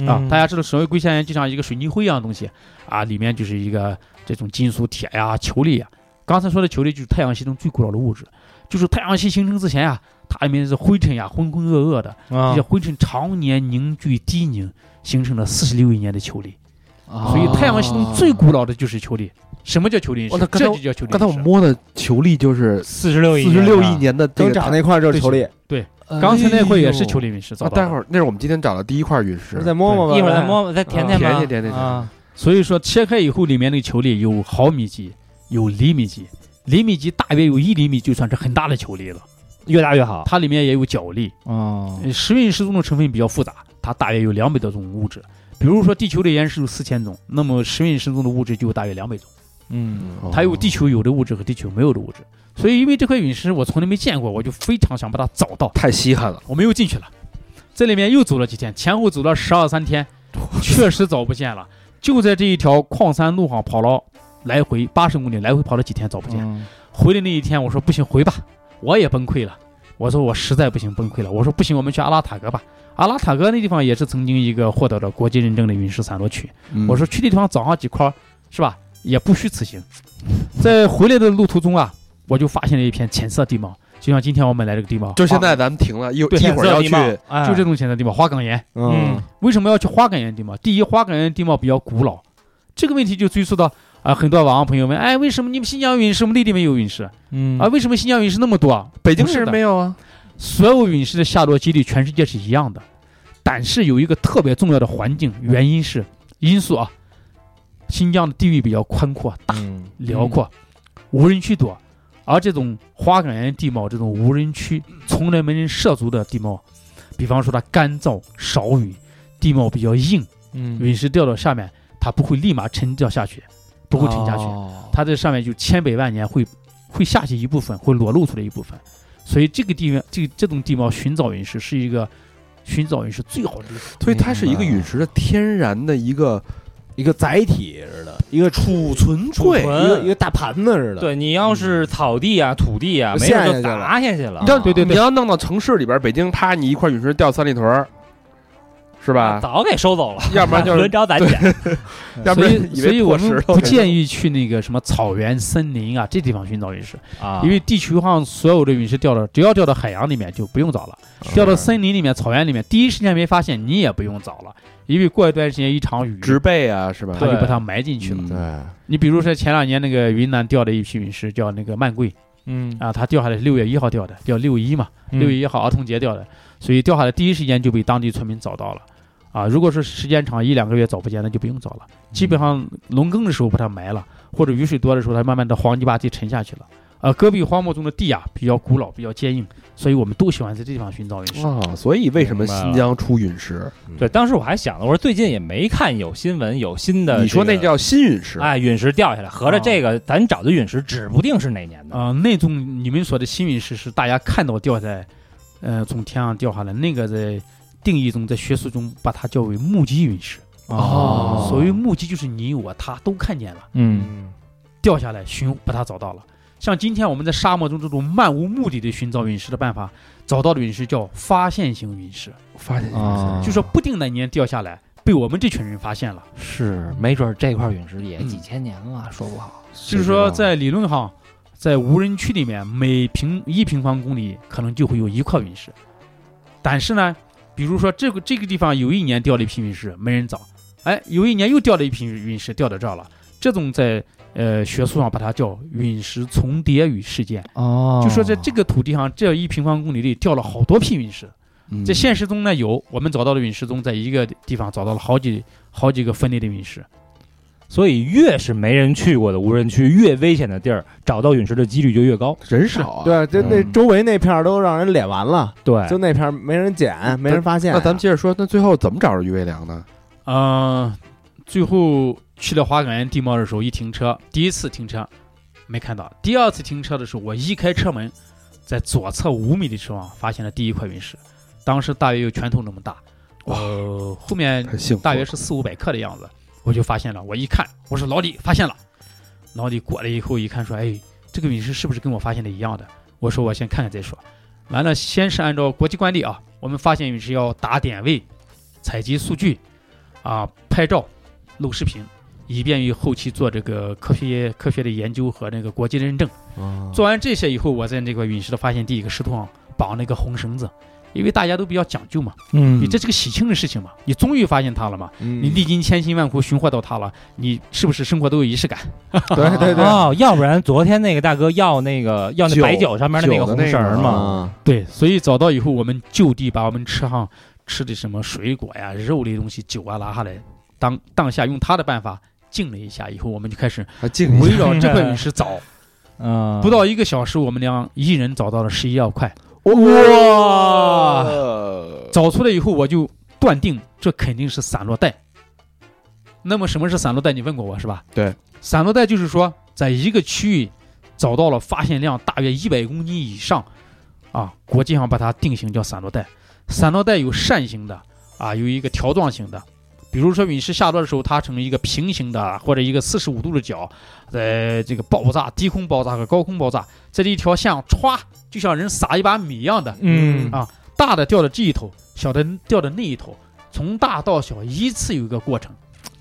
嗯嗯啊，大家知道所谓硅酸盐就像一个水泥灰一样的东西啊，里面就是一个这种金属铁呀、球粒呀。刚才说的球粒就是太阳系中最古老的物质，就是太阳系形成之前呀、它里面是灰尘呀，浑浑噩噩的，啊啊这些灰尘常年凝聚低凝，形成了四十六亿年的球粒。啊所以太阳系中最古老的就是球粒。什么叫球粒陨我石操？刚才这我就叫球粒刚才我陨石摸的球粒就是四十六四十六亿，年的这刚个长那块就是球粒，刚才那块也是球粒陨石啊，造待会儿，儿那是我们今天找的第一块陨石，再摸摸吧，一会儿再摸摸，再舔舔吧，舔舔舔舔舔啊，所以说切开以后，里面那个球粒有毫米级，有厘米级，厘米级大约有一厘米，就算是很大的球粒了。越大越好。它里面也有角力。哦，呃石英石中的成分比较复杂，它大约有两百多种物质。比如说地球的岩石有四千种，那么石英石中的物质就有大约两百种。嗯，哦它有地球有的物质和地球没有的物质。所以因为这块陨石我从来没见过，我就非常想把它找到。太稀罕了，我们又进去了，这里面又走了几天，前后走了十二三天，确实找不见了。就在这一条矿山路上跑了来回八十公里，来回跑了几天找不见。回来那一天，我说不行，回吧，我也崩溃了。我说我实在不行，崩溃了。我说不行，我们去阿拉塔格吧。阿拉塔格那地方也是曾经一个获得了国际认证的陨石散落区。嗯我说去那地方找上几块儿，是吧？也不虚此行。在回来的路途中啊，我就发现了一片浅色地貌，就像今天我们来这个地貌，就现在咱们停了，一对一会儿要去花就这种浅色地貌，花岗岩。嗯，为什么要去花岗岩地貌？第一，花岗岩地貌比较古老，这个问题就追溯到啊、很多网上朋友问，哎，为什么你们新疆陨石我们内地没有陨石嗯啊？为什么新疆陨石那么多啊？北京不是市的没有啊？所有陨石的下落基地，全世界是一样的，但是有一个特别重要的环境原因是因素啊，新疆的地域比较宽阔大嗯辽阔，无人区多，而这种花岗岩地貌这种无人区从来没人涉足的地貌，比方说它干燥少雨，地貌比较硬。嗯，陨石掉到下面，它不会立马沉掉下去，不会沉下去，哦哦它在上面就千百万年会会下去一部分，会裸露出来一部分。所以这个地面，这个这种地貌寻找陨石是一个寻找陨石最好的地方。所以它是一个陨石的天然的一个一个载体似的，一个储存柜一个一个大盘子似的。，对你要是草地啊、土地啊，没事就砸下去了你知道，，对你要弄到城市里边，北京啪，你一块陨石掉三里屯儿，是吧？早给收走了，要不然啊就轮是，着咱捡。 <laughs> 要不所然以，以所以为我破石们头不建议去那个什么草原、森林啊这地方寻找陨石，啊，因为地球上所有的陨石掉到，只要掉到海洋里面就不用找了，嗯掉到森林里面、草原里面，第一时间没发现你也不用找了，因为过一段时间一场雨，植被啊，是吧？它就对把它埋进去了。嗯对，你比如说前两年那个云南掉的一批陨石，叫那个曼桂嗯，啊，它掉下来是六月一号掉的，叫六一嘛，六月一号儿童节掉的，所以掉下来第一时间就被当地村民找到了。啊，如果说时间长一两个月找不见，那就不用找了。基本上农耕的时候把它埋了，或者雨水多的时候，它慢慢的黄泥巴地沉下去了。呃，戈壁荒漠中的地啊，比较古老，比较坚硬，所以我们都喜欢在这地方寻找陨石。啊，所以为什么新疆出陨石？对，当时我还想了，我说最近也没看有新闻有新的，你说那叫新陨石？哎，陨石掉下来，合着这个咱找的陨石指不定是哪年的。啊、那种你们说的新陨石是大家看到掉在，呃，从天上掉下来，那个在定义中，在学术中把它叫为目击陨石。哦所谓目击就是你我他都看见了，嗯掉下来寻把它找到了。像今天我们在沙漠中这种漫无目的的寻找陨石的办法，找到的陨石叫发现型陨石，发现啊，就说不定哪年掉下来被我们这群人发现了。是，没准这块陨石也几千年了，说不好。就是说，在理论上，在无人区里面，每平一平方公里可能就会有一块陨石。但是呢，比如说这个这个地方有一年掉了一批陨石，没人找，哎，有一年又掉了一批陨石，掉到这儿了。这种在呃学术上把它叫陨石重叠与事件，哦就说在这个土地上这一平方公里里掉了好多批陨石，嗯在现实中呢有，我们找到了陨石中，在一个地方找到了好几好几个分裂的陨石。所以越是没人去过的无人区，越危险的地儿，找到陨石的几率就越高。人少啊。对，就那嗯周围那片儿都让人敛完了，对就那片儿没人捡，没人发现。哎嗯啊那咱们接着说，那最后怎么找着于卫良呢？嗯，最后去了花岗岩地貌的时候，一停车，第一次停车没看到，第二次停车的时候，我一开车门，在左侧五米的地方发现了第一块陨石，当时大约有拳头那么大，呃，后面太幸福了，大约是四五百克的样子，我就发现了。我一看，我说老李发现了。老李过来以后一看，说：“哎，这个陨石是不是跟我发现的一样的？”我说：“我先看看再说。”完了，先是按照国际惯例啊，我们发现陨石要打点位、采集数据、啊拍照、录视频，以便于后期做这个科学科学的研究和那个国际认证。哦做完这些以后，我在那个陨石的发现地一个石头上绑了一个红绳子，因为大家都比较讲究嘛，嗯你这是个喜庆的事情嘛，你终于发现它了嘛。嗯你历经千辛万苦寻获到它了，你是不是生活都有仪式感？啊对对对，啊哦，要不然昨天那个大哥要那个要那白酒上面的那个酒的红那个绳儿嘛，啊，对，所以找到以后，我们就地把我们吃上吃的什么水果呀、肉类东西、酒啊拿下来，当当下用他的办法敬了一下，以后我们就开 <laughs> 始还敬一围下绕这块陨石找。嗯，不到一个小时，我们俩一人找到了十一二块，哇！找出来以后，我就断定这肯定是散落带。那么什么是散落带？你问过我是吧？对，散落带就是说，在一个区域找到了发现量大约一百公斤以上，啊，国际上把它定型叫散落带。散落带有扇形的，啊，有一个条状形的。比如说陨石下落的时候，它呈一个平行的或者一个四十五度的角，在这个爆炸、低空爆炸和高空爆炸，在这一条线上歘，就像人撒一把米一样的，嗯啊大的掉到这一头，小的掉到那一头，从大到小依次有一个过程。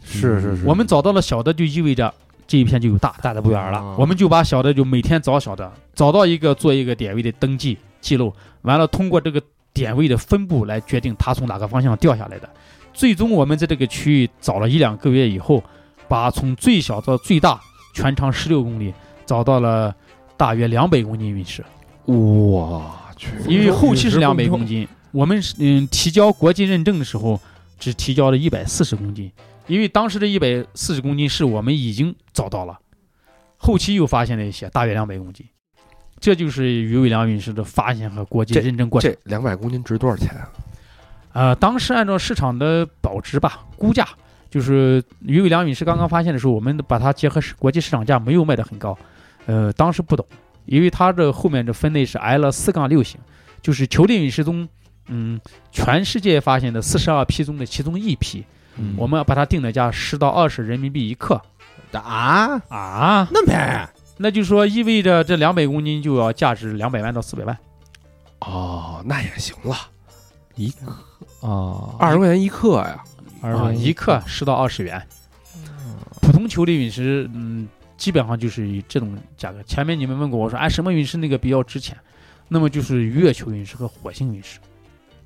是是是，我们找到了小的，就意味着这一片就有大的，嗯大的不远了，我们就把小的就每天找小的，找到一个做一个点位的登记记录，完了通过这个点位的分布来决定它从哪个方向掉下来的。最终我们在这个区域找了一两个月以后，把从最小到最大全长十六公里找到了大约两百公斤陨石。我去，因为后期是两百公斤，我们是嗯提交国际认证的时候只提交了一百四十公斤，因为当时的一百四十公斤是我们已经找到了，后期又发现了一些，大约两百公斤。这就是鱼尾梁陨石的发现和国际这认证过程。这两百公斤值多少钱啊？呃，当时按照市场的保值吧，估价就是鱼尾梁陨石刚刚发现的时候，我们把它结合市国际市场价，没有卖得很高。呃，当时不懂，因为它的后面的分类是 L 四杠六型，就是球类陨石中，嗯，全世界发现的四十二批中的其中一批，我们把它定的价十到二十人民币一克啊，啊，那么便那就说意味着这两百公斤就要价值两百万到四百万。哦，那也行了，哦，二十块钱一克呀。二啊，一一克十到二十元。嗯普通球类陨石，嗯，基本上就是以这种价格。前面你们问过我说，哎，什么陨石那个比较值钱？那么就是月球陨石和火星陨石。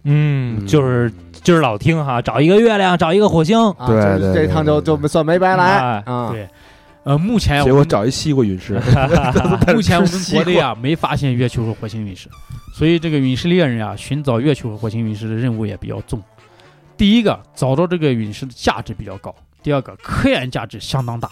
嗯，就是今儿老听哈，找一个月亮，找一个火星，宜，啊对就是对这对哎趟就就算没白来啊。对，呃，目前结我果们找一西瓜陨 <laughs> 石，目前我们国内啊没发现月球和火星陨石，所以这个陨石猎人啊寻找月球和火星陨石的任务也比较重。第一个，找到这个陨石的价值比较高；第二个，科研价值相当大。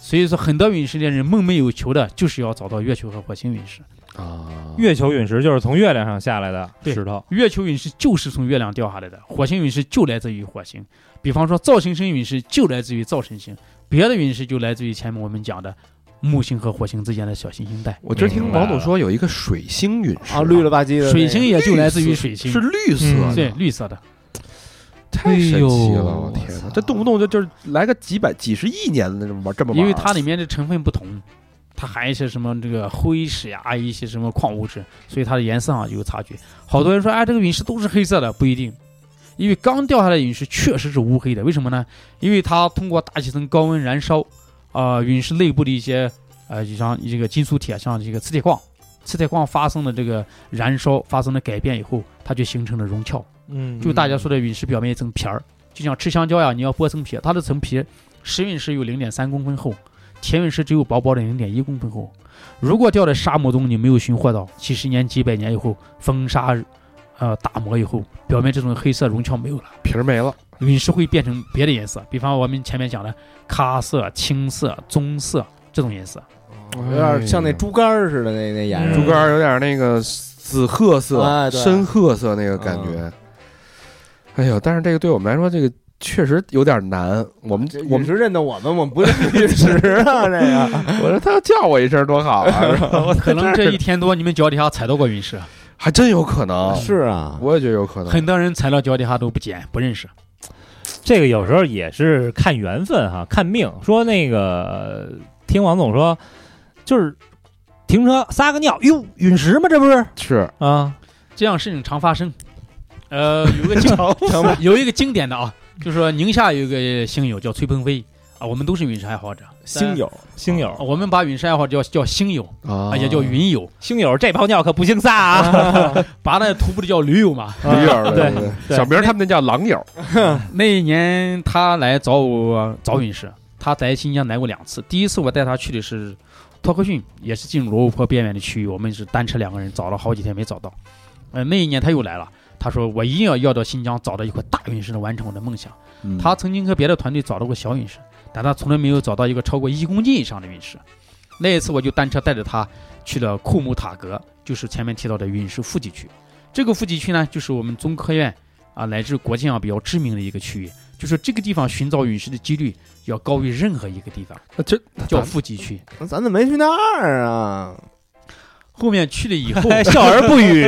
所以说，很多陨石猎人梦寐以求的就是要找到月球和火星陨石。啊，月球陨石就是从月亮上下来的对石头，月球陨石就是从月亮掉下来的，火星陨石就来自于火星。比方说，造型星陨石就来自于造型星，别的陨石就来自于前面我们讲的木星和火星之间的小行星带。我今儿听明白王总了说有一个水星陨石啊，绿了吧唧的那个水星也就来自于绿水星是，绿色嗯对，的，绿色的。太神奇哎呦了！我天哪，这动不动就就是来个几百几十亿年的那种玩这么玩儿，因为它里面的成分不同，它含一些什么这个灰石呀、一些什么矿物质，所以它的颜色上啊就有差距。好多人说，哎，这个陨石都是黑色的，不一定，因为刚掉下来的陨石确实是乌黑的。为什么呢？因为它通过大气层高温燃烧，啊，陨石内部的一些呃，就像这个金属铁，像这个磁铁矿。磁铁矿发生了这个燃烧，发生了改变以后，它就形成了熔壳，嗯就大家说的陨石表面一层皮儿，就像吃香蕉呀，你要剥层皮，它的层皮石陨石有零点三公分厚，铁陨石只有薄薄的零点一公分厚。如果掉在沙漠中，你没有寻获到，几十年、几百年以后，风沙，呃打磨以后，表面这种黑色融壳没有了，皮儿没了，陨石会变成别的颜色，比方我们前面讲的咖色、青色、棕色这种颜色。有哎点像那猪肝儿似的那那颜哎色。呀猪肝儿有点那个紫褐色、哎对深褐色那个感觉。嗯哎呦，但是这个对我们来说，这个确实有点难。我们这我陨们石认得我们，我们不认陨石啊，这个。我说他要叫我一声多好 <laughs> 啊，是吧可能这一天多，你们脚底下踩到过陨石，还真有可哎能。是啊， <laughs> 我也觉得有可能。很多人踩到脚底下都不捡，不认识。这个有时候也是看缘分哈，看命。说那个呃听王总说，就是停车撒个尿，哟，陨石吗？这不是是啊？这样事情常发生。呃，有一个经 <laughs> 有一个经典的啊，就是说宁夏有一个星友叫崔鹏飞啊，我们都是陨石爱好者，星友 <laughs> 星啊友，我们把陨石爱好者叫叫星友啊啊，也叫云友，星友，这泡尿可不兴撒啊！ <laughs> 把那徒步的叫驴友嘛。驴友儿，对对对小明儿他们那叫狼友儿， <laughs> 那一年他来找我找陨石，他在新疆来过两次。第一次我带他去的是托克逊，也是进入罗布泊边缘的区域，我们是单车两个人找了好几天没找到。呃，那一年他又来了，他说我一定要要到新疆找到一块大陨石，能完成我的梦想。他曾经和别的团队找到过小陨石，但他从来没有找到一个超过一公斤以上的陨石。那一次我就单车带着他去了库姆塔格，就是前面提到的陨石富集区。这个富集区呢，就是我们中科院啊乃至国际上比较知名的一个区域，就是这个地方寻找陨石的几率要高于任何一个地方，啊这叫富集区。咱怎么没去那儿啊？后面去了以后，笑而不 <laughs> 语，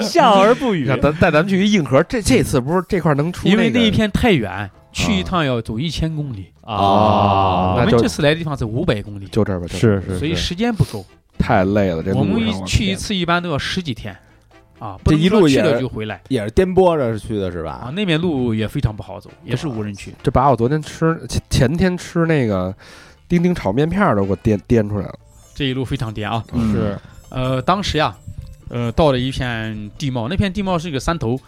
笑而不你 <laughs> 语啊看，咱带咱们去一硬核，这这次不是这块儿能出个，因为那一片太远，去一趟要走一千公里。哦我那们就这次来的地方是五百公里，就这儿吧，就这儿是是所以时间不够。太累了，这我们路一上去一天次一般都要十几天，啊，不这能一说路去也了就回来也是颠簸着去的是啊吧？。那边路也非常不好走，也是无人区。啊这把我昨天吃前前天吃那个丁丁炒面片儿都给我颠颠出来了，这一路非常颠啊。是，呃，当时呀，呃，到了一片地貌，那片地貌是一个山头，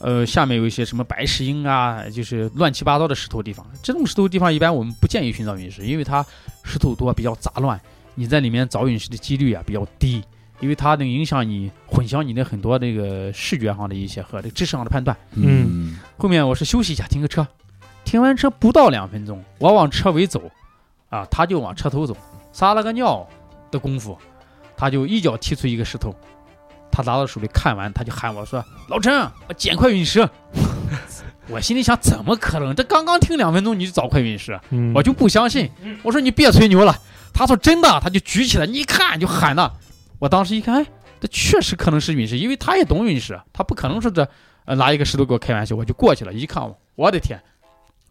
呃，下面有一些什么白石英啊，就是乱七八糟的石头地方。这种石头地方一般我们不建议寻找陨石，因为它石头多，比较杂乱，你在里面找陨石的几率啊比较低，因为它能影响你混淆你的很多这个视觉上的一些和这个知识上的判断。嗯后面我是休息一下，停个车，停完车不到两分钟，我往车尾走，啊，他就往车头走，撒了个尿的功夫，他就一脚踢出一个石头，他拿到手里看完，他就喊我说：“老陈，我捡块陨石。” <laughs> 我心里想，怎么可能？这刚刚停两分钟你就找块陨石，嗯我就不相信。我说你别吹牛了。他说真的，他就举起来，你一看就喊呐。我当时一看，哎，这确实可能是陨石，因为他也懂陨石，他不可能说这呃拿一个石头给我开玩笑，我就过去了。一看，我的天，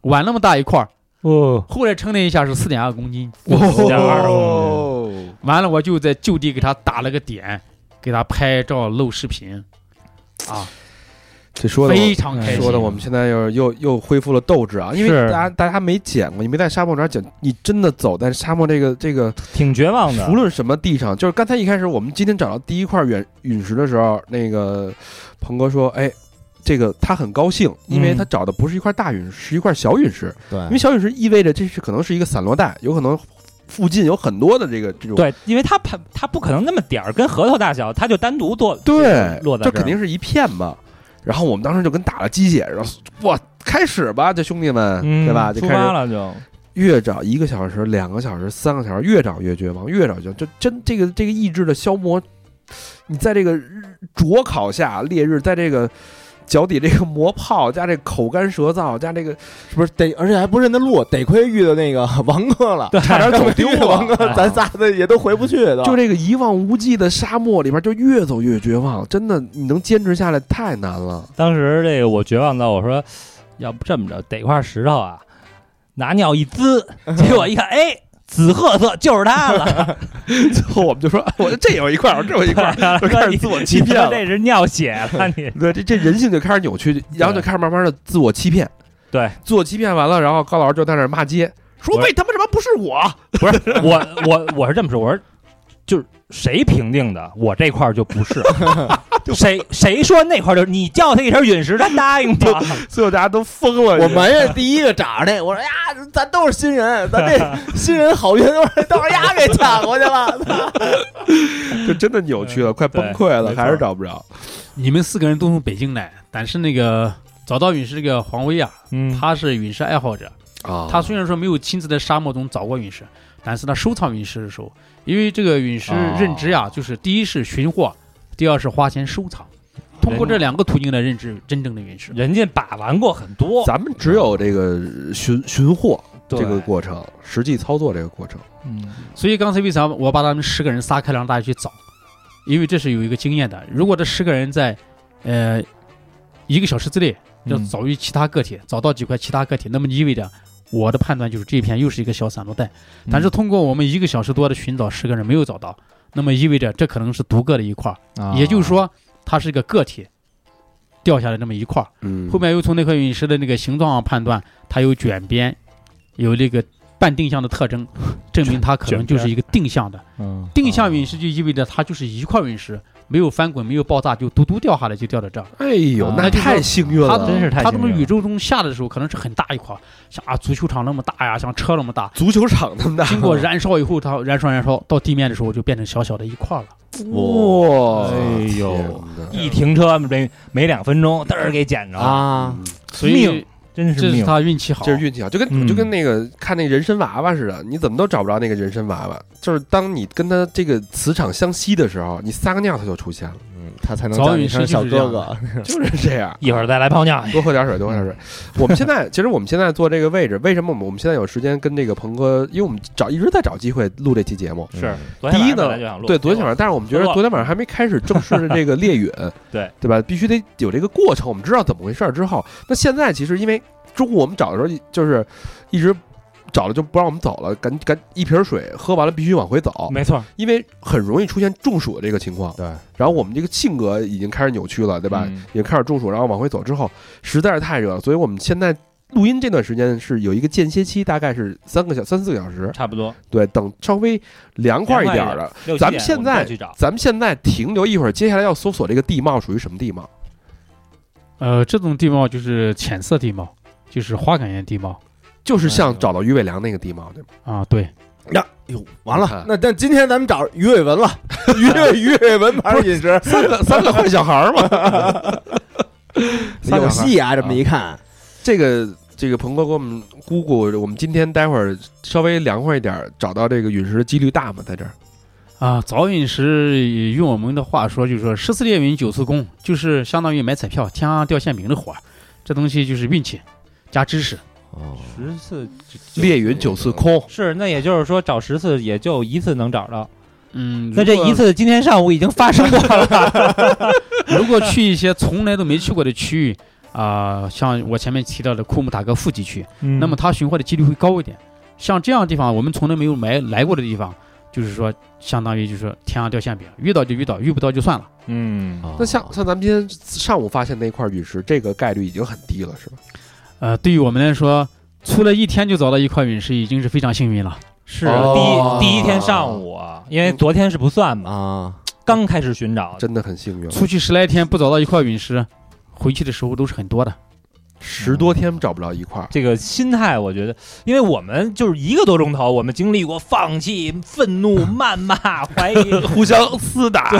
碗那么大一块儿，哦，后来称了一下是四点二公斤。嗯嗯哦，完了，我就在就地给他打了个点，给他拍照录视频，啊，这说的我嗯非常开心。说的我们现在又又又恢复了斗志啊，因为是大家大家没捡过，你没在沙漠哪儿捡，你真的走在沙漠这个这个挺绝望的啊无。论什么地上，就是刚才一开始我们今天找到第一块陨陨石的时候，那个鹏哥说，哎。这个他很高兴，因为嗯他找的不是一块大陨石，是一块小陨石。因为对，小陨石意味着这是可能是一个散落带，有可能附近有很多的这个这种对，因为他怕他不可能那么点儿，跟核桃大小，他就单独落对，落在这这儿肯定是一片嘛。然后我们当时就跟打了鸡血似的，哇，开始吧，这兄弟们，嗯对吧？就出开发始了就，越找一个小时、两个小时、三个小时，越找越绝望，越找越就真这个这个意志的消磨，你在这个日灼烤下烈日，在这个脚底这个磨泡加这口干舌燥加这个是不是得，而且还不认得路，得亏遇到那个王哥了，差点走丢遇到啊王了。哥，咱仨的也都回不去都。就这个一望无际的沙漠里边，就越走越绝望。真的，你能坚持下来太难了。当时这个我绝望到我说，要不这么着，逮块石头啊，拿尿一滋， <laughs> 结果一看，哎，紫褐色就是它了，最后 <laughs> 我们就说，哎我这有一块儿，我这有一块儿， <laughs> <laughs> 就开始自我欺你骗说了。这是尿血 <laughs> 了，你对，这这人性就开始扭曲，然后就开始慢慢的自我欺骗。对，自我欺骗完了，然后高老师就在那儿骂街，说我为他妈什么不是我？不是我我我是这么说，我说就是谁评定的，我这块儿就 <laughs> 不是，谁谁说那块儿就是你叫他一声陨石，他答应吗？ <laughs> 最后大家都疯 <laughs> 了。我埋怨第一个找那，我说呀，咱都是新人，咱 <laughs> 这新人好运都是都是丫给抢过去了。 <laughs> 就真的扭曲了，快崩溃了，没错还是找不着。你们四个人都从北京来，但是那个找到陨石这个黄威啊，嗯，他是陨石爱好者。啊他虽然说没有亲自在沙漠中找过陨石，但是他收藏陨石的时候，因为这个陨石认知呀、就是第一是寻获，第二是花钱收藏，通过这两个途径来认知真正的陨石。人家把玩过很多，咱们只有这个寻寻获对这个过程，实际操作这个过程。嗯所以刚才为啥我把他们十个人撒开了让大家去找？因为这是有一个经验的。如果这十个人在，呃，一个小时之内要嗯找一其他个体，找到几块其他个体，那么意味着我的判断就是这一片又是一个小散落带。但是通过我们一个小时多的寻找，十个人没有找到，那么意味着这可能是独个的一块儿，啊也就是，说它是一个个体掉下来那么一块儿。嗯后面又从那块陨石的那个形状上判断，它有卷边，有这个半定向的特征，证明它可能就是一个定向的。嗯定向陨石就意味着它就是一块陨石，没有翻滚，没有爆炸，就嘟嘟掉下来就掉到这儿。哎呦，啊那太幸运它了，真是太它幸从运宇了宙中下来的时候，可能是很大一块，像啊足球场那么大呀，像车那么大。足球场那么大，经过燃烧以后，它燃烧燃烧到地面的时候就变成小小的一块了。哇，哎呦哦天哪一停车没没两分钟，嘚儿给捡着，啊，所命以真这是是命。他运气好。这是运气好，就跟、嗯就跟那个看那人参娃娃似的，你怎么都找不着那个人参娃娃。就是当你跟它这个磁场相吸的时候，你撒个尿它就出现了，嗯，他才能早叫已你声失去小这样哥 <laughs> 哥。就是这样。一会儿再来泡尿，多喝点水，多喝点水。嗯我们现在其实我们现在坐这个位置，为什么我们我们现在有时间跟这个鹏哥？因为我们找一直在找机会录这期节目。嗯是第一呢呢，对，昨天晚上上，但是我们觉 <laughs> 得录了，昨天晚上还没开始正式的这个列允 <laughs> 对对吧？必须得有这个过程，我们知道怎么回事儿之后，那现在其实因为中午我们找的时候就是一直找了就不让我们走了，赶赶一瓶水喝完了必须往回走，没错，因为很容易出现中暑的这个情况。对，然后我们这个性格已经开始扭曲了，对吧？嗯也开始中暑，然后往回走之后，实在是太热了，所以我们现在录音这段时间是有一个间歇期，大概是三个小三四个小时。差不多。对，等稍微凉快一点儿了，六七咱们点现我再在去找，咱们现在停留一会儿，接下来要搜索这个地貌属于什么地貌？呃，这种地貌就是浅色地貌，就是花岗岩地貌就是像找到于伟良那个地貌，对吗？啊。对，呀，哟，完你看了，那但今天咱们找于伟文 <laughs> 了，于伟于伟文牌饮食三个三个坏小孩儿 <laughs> 嘛，三个小孩儿。有戏啊！这么一看，这个这个鹏哥给我们估估，我们今天待会儿稍微凉快一点儿，找到这个陨石的几率大吗？在这儿啊，早陨石用我们的话说，就是说十次猎云九次功，就是相当于买彩票天上掉馅饼的活儿。这东西就是运气加知识。十次猎云九次空，是，那也就是说找十次也就一次能找到。嗯，那这如果一，次今天上午已经发生过了。 <laughs> 如果去一些从来都没去过的区域啊、像我前面提到的库姆塔格富集区，嗯那么它寻获的几率会高一点。像这样的地方，我们从来没有来来过的地方，就是说，相当于就是说天上掉馅饼，遇到就遇到，遇不到就算了。嗯，那像像咱们今天上午发现那块陨石，这个概率已经很低了，是吧？呃，对于我们来说，出了一天就找到一块陨石，已经是非常幸运了。是哦第一第一天上午，啊因嗯为昨天是不算嘛，啊，刚开始寻找。真的很幸运，出去十来天不找到一块陨石，回去的时候都是很多的。十多天找不着一块儿。这个心态，我觉得，因为我们就是一个多钟头，我们经历过放弃、愤怒、<laughs> 谩骂、怀疑，互相厮打，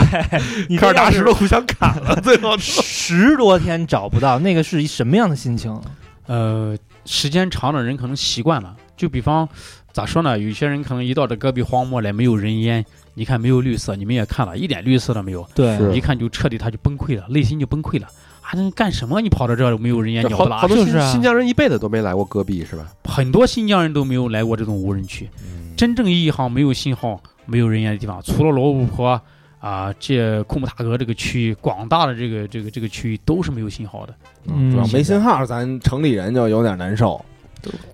你开始说要打石是头互相砍了，最后十多天找不到，那个是一什么样的心情？呃，时间长了，人可能习惯了。就比方，咋说呢？有些人可能一到这戈壁荒漠来，没有人烟，你看没有绿色，你们也看了，一点绿色都没有，对是一看就彻底他就崩溃了，内心就崩溃了。啊，那干什么？你跑到这儿没有人烟，鸟好不拉好多就新是啊新疆人一辈子都没来过戈壁，是吧？很多新疆人都没有来过这种无人区，嗯嗯真正意义上没有信号、没有人烟的地方，除了罗布泊啊、这库木塔格这个区域，广大的这个这个这个区域都是没有信号的。嗯啊主要没信号，咱城里人就有点难受。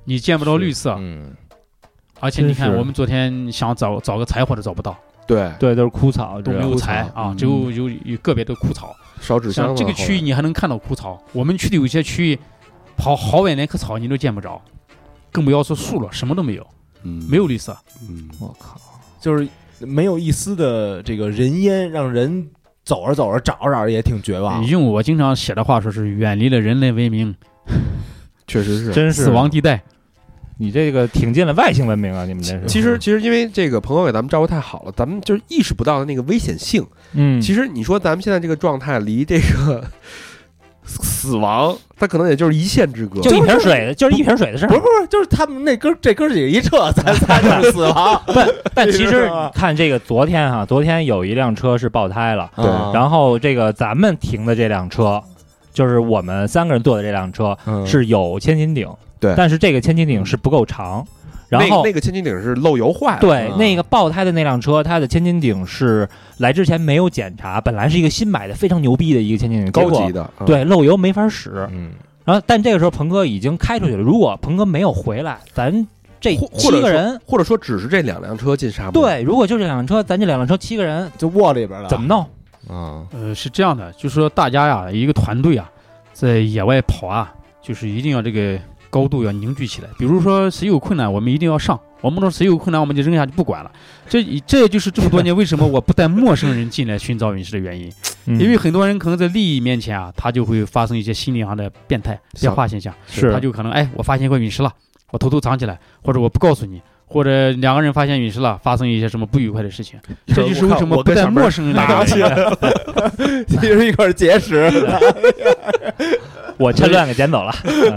你见不到绿色，嗯，而且你真看，是我们昨天想找找个柴火都找不到，对，对，都是枯草，都没有柴枯草啊嗯，只有有有个别的枯草。烧纸箱像了。这个区域你还能看到枯草，我们去的有些区域，跑好远连棵草你都见不着，更不要说树了，什么都没有，没没有绿色。嗯我靠，就是没有一丝的这个人烟，让人走着走着找着找着也挺绝望。用我经常写的话说是远离了人类文明，确实是真是死亡地带。你这个挺进了外星文明啊！你们这是其实，其实因为这个朋友给咱们照顾太好了，咱们就是意识不到的那个危险性。嗯，其实你说咱们现在这个状态离这个 <laughs> 死亡，它可能也就是一线之隔。就一瓶水，就是一瓶水的事不是儿。不是，就是他们那哥这哥几个一撤，咱仨就是死亡。但其这实是吧你看这个，昨天哈、昨天有一辆车是爆胎了，对啊然后这个咱们停的这辆车，就是我们三个人坐的这辆车嗯是有千斤顶，对但是这个千斤顶是不够长，然那后个那个千斤顶是漏油坏了。对，嗯那个爆胎的那辆车，它的千斤顶是来之前没有检查，本来是一个新买的非常牛逼的一个千斤顶，高结果级的，嗯，对漏油没法使。嗯，然后，但这个时候鹏哥已经开出去了，如果鹏哥没有回来，咱这或七或者说个人，或者说只是这两辆车进沙漠。，对，如果就这两辆车，咱这两辆车七个人就窝里边了。怎么弄？啊？呃，是这样的，就是说大家呀、一个团队啊，在野外跑啊，就是一定要这个高度要凝聚起来。比如说谁有困难，我们一定要上；我们说谁有困难，我们就扔下去不管了。这这就是这么多年为什么我不带陌生人进来寻找陨石的 <laughs> 原因，嗯因为很多人可能在利益面前啊，他就会发生一些心理上的变态变化现象。是他就可能哎，我发现一块陨石了，我偷偷藏起来，或者我不告诉你，或者两个人发现陨石了，发生一些什么不愉快的事情。这就是为什么我不跟带小妹儿陌生人来起来 <laughs> 其实一块儿结石，我趁乱给捡走了。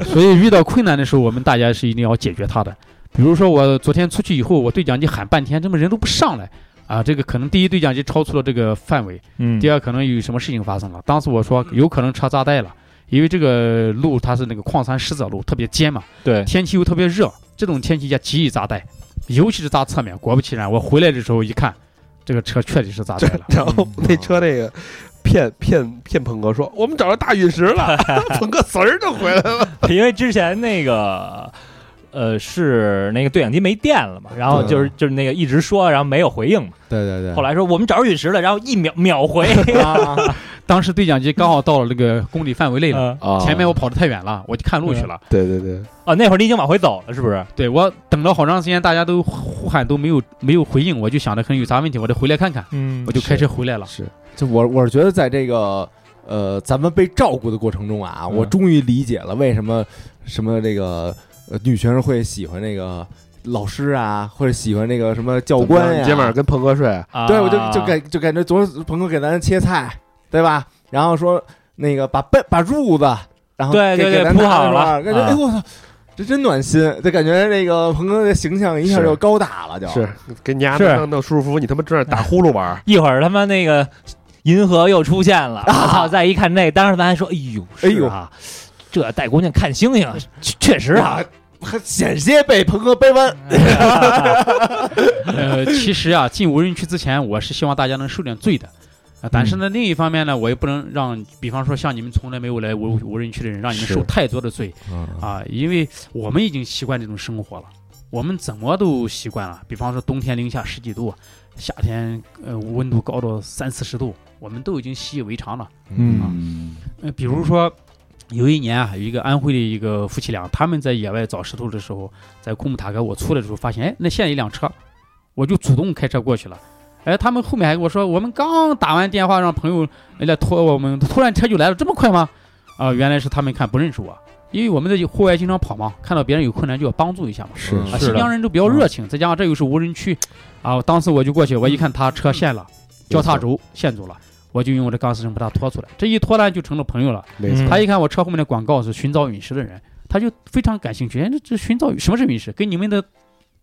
所以遇到困难的时候，我们大家是一定要解决它的。比如说我昨天出去以后，我对讲机喊半天，怎么人都不上来啊？这个可能第一对讲机超出了这个范围，嗯第二可能有什么事情发生了。当时我说有可能插扎带了，因为这个路它是那个矿山石子路，特别尖嘛，对天气又特别热，这种天气下极易扎带，尤其是扎侧面。果不其然，我回来的时候一看，这个车确实是扎带 <laughs> 了。然后那车那个骗骗骗鹏哥说我们找着大陨石 <laughs> 了， <laughs> 鹏哥嗖儿就回来了。因为之前那个。呃，是那个对讲机没电了嘛，然后对就是就是那个一直说，然后没有回应嘛。对对对后来说我们找着陨石了，然后一秒秒回。当时对讲机刚好到了这个公里范围内了，嗯啊前面我跑得太远了，我就看路去了。对对对，哦，那会儿你已经往回走了，是不是？对我等了好长时间，大家都呼喊都没有没有回应，我就想着可能有啥问题，我得回来看看，嗯我就开车回来了。是就我我是觉得在这个呃咱们被照顾的过程中啊，我终于理解了为什么什么这个、呃、女学生会喜欢那个老师啊，或者喜欢那个什么教官呀、你今晚上跟鹏哥睡，啊对，我就就感就感觉昨儿朋友给咱切菜，对吧？然后说那个把被把褥子，然后对给对给对咱铺拿好出来了感觉啊哎我操，这真暖心，就感觉那个鹏哥的形象一下是就高大了，就。是给你家是弄弄舒舒服服，你他妈正在打呼噜玩儿。一会儿他妈那个银河又出现了，我操！再一看那，当时咱还说，哎呦，哎呦是啊，这带姑娘看星星，确确实啊，还险些被鹏哥掰弯。呃，其实啊，进无人区之前，我是希望大家能受点罪的。啊，但是呢，另一方面呢，我也不能让，比方说像你们从来没有来无无人区的人，让你们受太多的罪啊，因为我们已经习惯这种生活了，我们怎么都习惯了。比方说冬天零下十几度，夏天呃温度高到三四十度，我们都已经习以为常了。嗯，呃，比如说有一年啊，有一个安徽的一个夫妻俩，他们在野外找石头的时候，在库木塔格，我出来的时候发现，哎，那现一辆车，我就主动开车过去了。哎，他们后面还跟我说，我们刚打完电话让朋友来拖我们，突然车就来了，这么快吗？啊、原来是他们看不认识我，因为我们在户外经常跑嘛，看到别人有困难就要帮助一下嘛。是啊，是新的疆人都比较热情，再加上这又是无人区，啊，当时我就过去，我一看他车陷了，交叉轴陷住了，我就用我的钢丝绳把他拖出来，这一拖呢就成了朋友了。没错，他一看我车后面的广告是寻找陨石的人，他就非常感兴趣，哎，这这寻找什么是陨石，跟你们的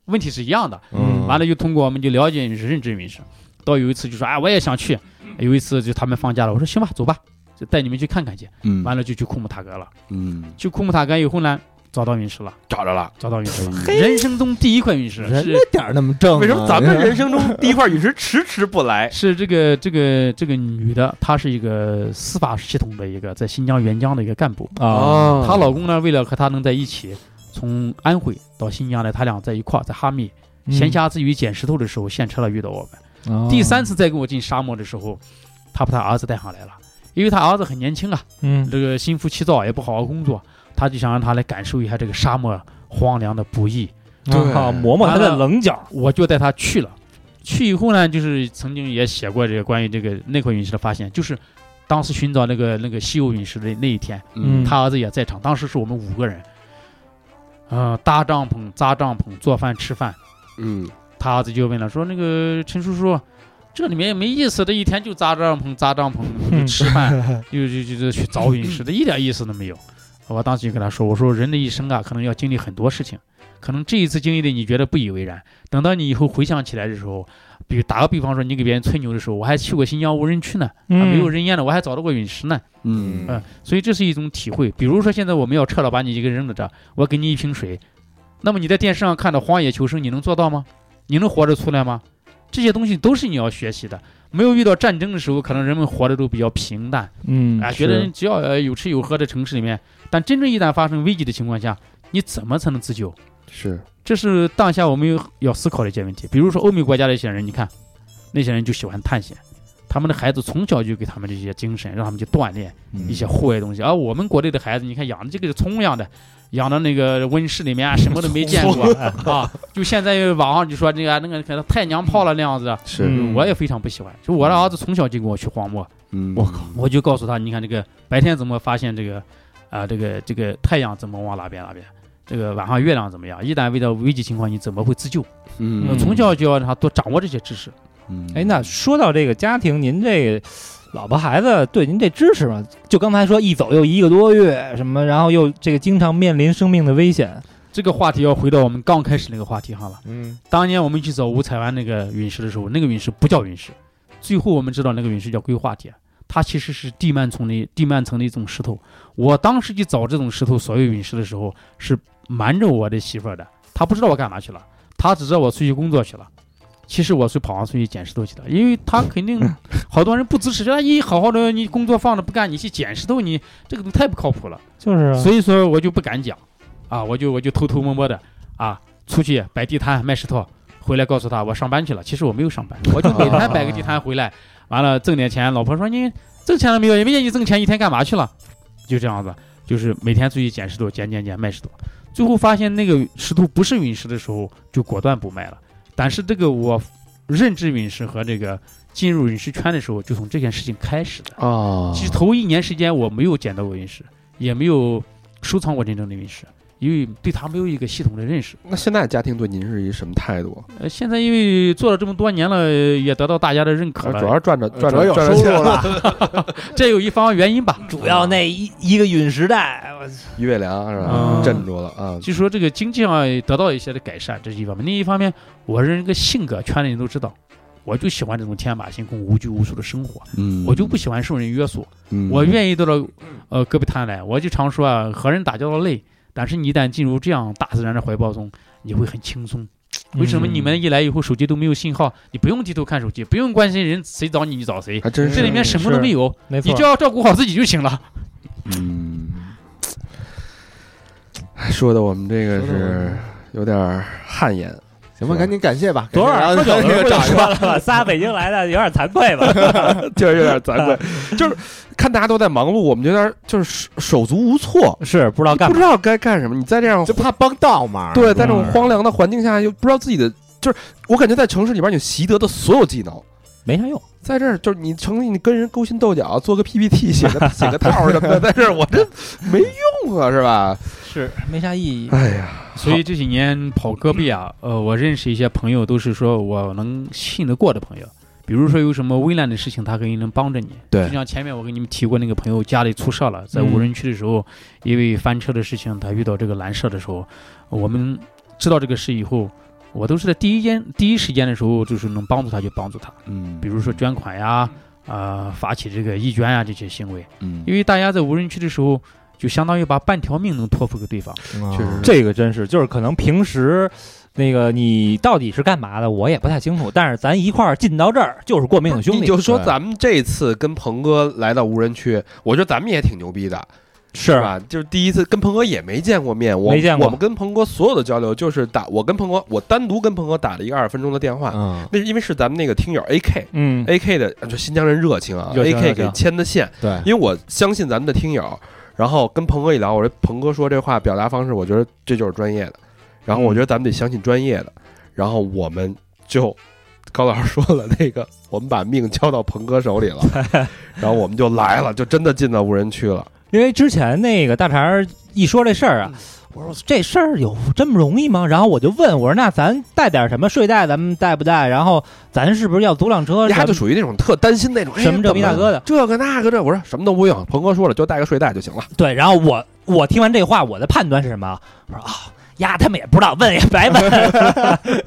问题是一样的。嗯完了就通过我们就了解陨石、认知陨石。到有一次就说啊，我也想去。有一次就他们放假了，我说行吧，走吧，就带你们去看看去。嗯完了就去库姆塔格了。嗯，去库姆塔格以后呢，找到陨石了，找着了。找到陨石了，人生中第一块陨石人是那点儿那么正、啊，为什么咱们人生中第一块陨石迟迟不来？ <laughs> 是这个这个这个女的，她是一个司法系统的一个在新疆援疆的一个干部。嗯啊，她老公呢，为了和她能在一起，从安徽到新疆来，他俩在一块儿，在哈密闲暇之余捡石头的时候现车了，遇到我们。嗯第哦三次再跟我进沙漠的时候，他把他儿子带上来了，因为他儿子很年轻啊，嗯，这个心浮气躁，也不好好工作，他就想让他来感受一下这个沙漠荒凉的不易。对，啊磨磨他的棱角，我就带他去了。去以后呢，就是曾经也写过这个关于这个那块陨石的发现，就是当时寻找那个那个西欧陨石的那一天，嗯他儿子也在场。当时是我们五个人，啊、呃，搭帐篷、扎帐篷、做饭、吃饭。嗯，他子就问了，说那个陈叔叔，这里面也没意思，这一天就扎帐篷、扎帐篷、吃饭，又就就就去凿陨石的，一点意思都没有。我当时就跟他说，我说人的一生啊，可能要经历很多事情，可能这一次经历的你觉得不以为然，等到你以后回想起来的时候，比如打个比方说，你给别人吹牛的时候，我还去过新疆无人区呢，啊、没嗯有人烟呢，我还找到过陨石呢，嗯，嗯，所以这是一种体会。比如说，现在我们要撤了，把你一个人扔在这儿，我给你一瓶水，那么你在电视上看到荒野求生，你能做到吗？你能活着出来吗？这些东西都是你要学习的。没有遇到战争的时候，可能人们活得都比较平淡，嗯啊，觉得只要呃有吃有喝的城市里面，但真正一旦发生危机的情况下，你怎么才能自救？是，这是当下我们有要思考的一些问题。比如说欧美国家的一些人，你看，那些人就喜欢探险，他们的孩子从小就给他们这些精神，让他们去锻炼。嗯一些户外东西。而我们国内的孩子，你看养的这个是葱样的，养到那个温室里面啊，什么都没见过啊。就现在网上就说那个那个可能太娘炮了那样子，是，嗯我也非常不喜欢。就我的儿子从小就跟我去荒漠，嗯，我靠，我就告诉他，你看这个白天怎么发现这个啊、这个这个太阳怎么往哪边哪边。这个晚上月亮怎么样？一旦遇到危急情况，你怎么会自救？嗯，从小就要让他多掌握这些知识。嗯，哎，那说到这个家庭，您这老婆孩子对您这支持吗？就刚才说一走又一个多月，什么，然后又这个经常面临生命的危险，这个话题要回到我们刚开始那个话题上了。嗯，当年我们去走五彩湾那个陨石的时候，那个陨石不叫陨石，最后我们知道那个陨石叫硅化铁，它其实是地幔层的地幔层的一种石头。我当时去找这种石头所谓陨石的时候，是瞒着我的媳妇儿的，她不知道我干嘛去了，她只知道我出去工作去了。其实我是跑上出去捡石头去的，因为她肯定好多人不支持，觉得你好好的你工作放着不干，你去捡石头，你这个东西太不靠谱了。就是啊所以说我就不敢讲，啊，我就我就偷偷摸摸的啊，出去摆地摊卖石头，回来告诉他我上班去了，其实我没 <laughs> 有上班，我就每天摆个地摊回来，完了挣点钱，老婆说你挣钱了没有？也没见你挣钱，一天干嘛去了？就这样子，就是每天出去捡石头，捡捡捡卖石头，最后发现那个石头不是陨石的时候，就果断不卖了。但是这个我认知陨石和这个进入陨石圈的时候，就从这件事情开始的。啊，其实头一年时间我没有捡到过陨石，也没有收藏过真正的陨石，因为对它没有一个系统的认识。那现在家庭对您是一什么态度？呃，现在因为做了这么多年了，呃也得到大家的认可呃主了，要是赚着赚主要着有赚着收入钱了，这有一方原因吧。嗯主要那一一个陨石带，我于伟良是吧？嗯镇住了啊，就说这个经济上也得到一些的改善，这是一方面；另一方面，我人个性格，圈里人都知道，我就喜欢这种天马行空、无拘无束的生活，嗯我就不喜欢受人约束。嗯我愿意到了呃戈壁滩来。我就常说啊，和人打交道累，但是你一旦进入这样大自然的怀抱中，你会很轻嗯松。为什么你们一来以后手机都没有信号？你不用低头看手机，不用关心人谁找你你找谁，还真是这里面什么都没有，没 <laughs> 你就要照顾好自己就行了。嗯，说的我们这个说得是我们有点儿汗颜，行吧，赶紧感谢吧，昨晚上喝感谢然酒 <laughs> 的后那个时候不就掌声说了吗？仨北京来的有点惭愧吧？就是有点惭愧，就是看大家都在忙碌，我们就有点儿就是手手足无措， <laughs> 是不知道干不嘛知道该干什么。你在这样就怕帮倒忙。对，在这种荒凉的环境下，又不知道自己的，就是我感觉在城市里边，你习得的所有技能，没啥用，在这儿就是你成立你跟人勾心斗角，做个 PPT，写个 <laughs> 写个套儿什么的，在这儿我这 <laughs> 没用啊，是吧？是没啥意义。哎呀， <laughs> 所以这几年跑戈壁啊，呃，我认识一些朋友，都是说我能信得过的朋友。比如说有什么危难的事情，他肯定能帮着你。对就像前面我给你们提过那个朋友家里出事了，在无人区的时候，因为翻车的事情，他遇到这个拦车的时候，我们知道这个事以后，我都是在第一间第一时间的时候，就是能帮助他就帮助他，嗯比如说捐款呀，啊、发起这个义捐啊这些行为，嗯因为大家在无人区的时候，就相当于把半条命能托付给对方。嗯确实是 <laughs> 这个真是，就是可能平时那个你到底是干嘛的，我也不太清楚。但是咱一块儿进到这儿，就是过命的兄你弟，就说对咱们这次跟鹏哥来到无人区，我觉得咱们也挺牛逼的，是是？吧？就是第一次跟鹏哥也没见过面，我没见过我们跟鹏哥所有的交流就是打我跟鹏哥，我单独跟鹏哥打了一个二十分钟的电话，嗯，那是因为是咱们那个听友 AK。嗯， A K 的，就新疆人热情啊热情热，A K 情给牵的线，对，因为我相信咱们的听友，然后跟鹏哥一聊，我说鹏哥说这话表达方式，我觉得这就是专业的，然后我觉得咱们得相信专业的，然后我们就高老师说了那个，我们把命交到鹏哥手 <laughs> 里了，然后我们就来了，就真的进到无人区了，因为之前那个大肠儿一说这事儿啊，我说这事儿有这么容易吗？然后我就问我说那咱带点什么睡袋，咱们带不带？然后咱是不是要租辆车？丫咱就属于那种特担心那种，哎什么这怎逼大哥的这个那个这，我说什么都不用。鹏哥说了，就带个睡袋就 <laughs> 行了。对，然后我我听完这话，我的判断是什么啊？我说啊。呀，他们也不知道，问也白问。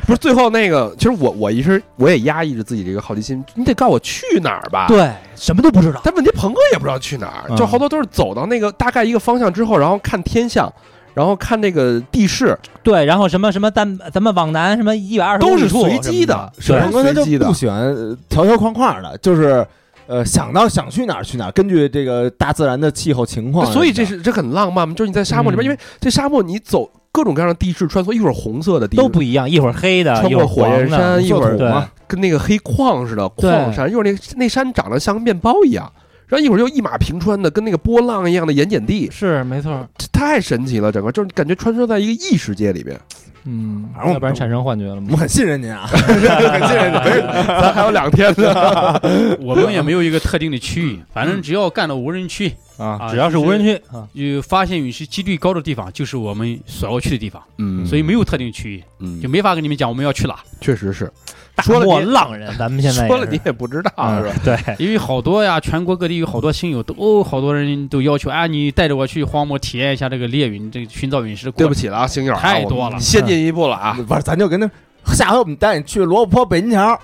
不是最后那个，其实我我一直我也压抑着自己这个好奇心，你得告诉我去哪儿吧。对，什么都不知道。但问题鹏哥也不知道去哪儿，嗯就好多都是走到那个大概一个方向之后，然后看天象，然后看那个地势，对，然后什么什么咱咱们往南什么一百二十都是随机的，对吧鹏哥他随就机的不。喜欢呃条条框框的，就是呃想到想去哪儿去哪儿，根据这个大自然的气候情况。所以这是这很浪漫嘛，就是你在沙漠里边，嗯因为这沙漠你走各种各样的地势穿梭，一会儿红色的地势都不一样，一会儿黑的，穿一过会儿火焰黄的，山，一会儿对跟那个黑矿似的矿山，一会儿那那山长得像面包一样，然后一会儿又一马平川的，跟那个波浪一样的盐碱地，是没错。这太神奇了，整个就是感觉穿梭在一个异世界里 <laughs> 边。嗯，反正我要不然们产生幻觉了我吗们？很信任您啊， <laughs> 感谢你， <laughs> 咱还有两天呢。我们也没有一个特定的区嗯域，反正只要干到无人区啊，啊，只要是无人区，区啊，有发现陨石几率高的地方，就是我们所要去的地方，嗯所以没有特定区域，嗯就，没法跟你们讲我们要去哪，确实是，大说了漠你浪人，咱们现在也说了你啊是也不知道是嗯吧？嗯对，因为好多呀，全国各地有好多亲友都哦好多人都要求啊，你带着我去荒漠体验一下这个猎陨，这个寻找陨石的 <laughs> 对过不程。起了啊，星友啊，太多了我们先进一步了啊。不是，咱就跟他下回我们带你去罗布泊北京桥，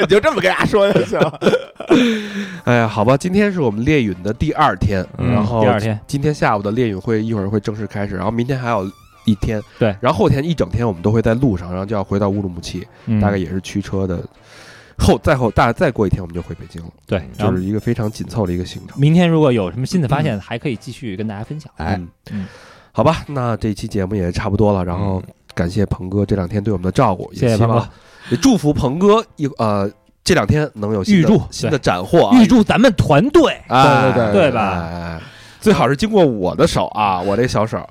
你 <laughs> 就这么跟大家说就行。哎呀，好吧，今天是我们猎陨的第二天，嗯然后第二天今天下午的猎运会一会儿会正式开始，然后明天还有一天，对，然后后天一整天我们都会在路上，然后就要回到乌鲁木齐，嗯大概也是驱车的。后再后大再过一天我们就回北京了，对，然就后嗯是一个非常紧凑的一个行程。明天如果有什么新的发现，还可以继续跟大家分享。哎嗯嗯嗯好吧，那这期节目也差不多了，然后感谢鹏哥这两天对我们的照顾，谢谢也希鹏望哥也祝福鹏哥一呃这两天能有新的预祝新对的斩获啊，哎预祝咱们团队哎对对对对吧哎哎哎最好是经过我的手啊，我这小手，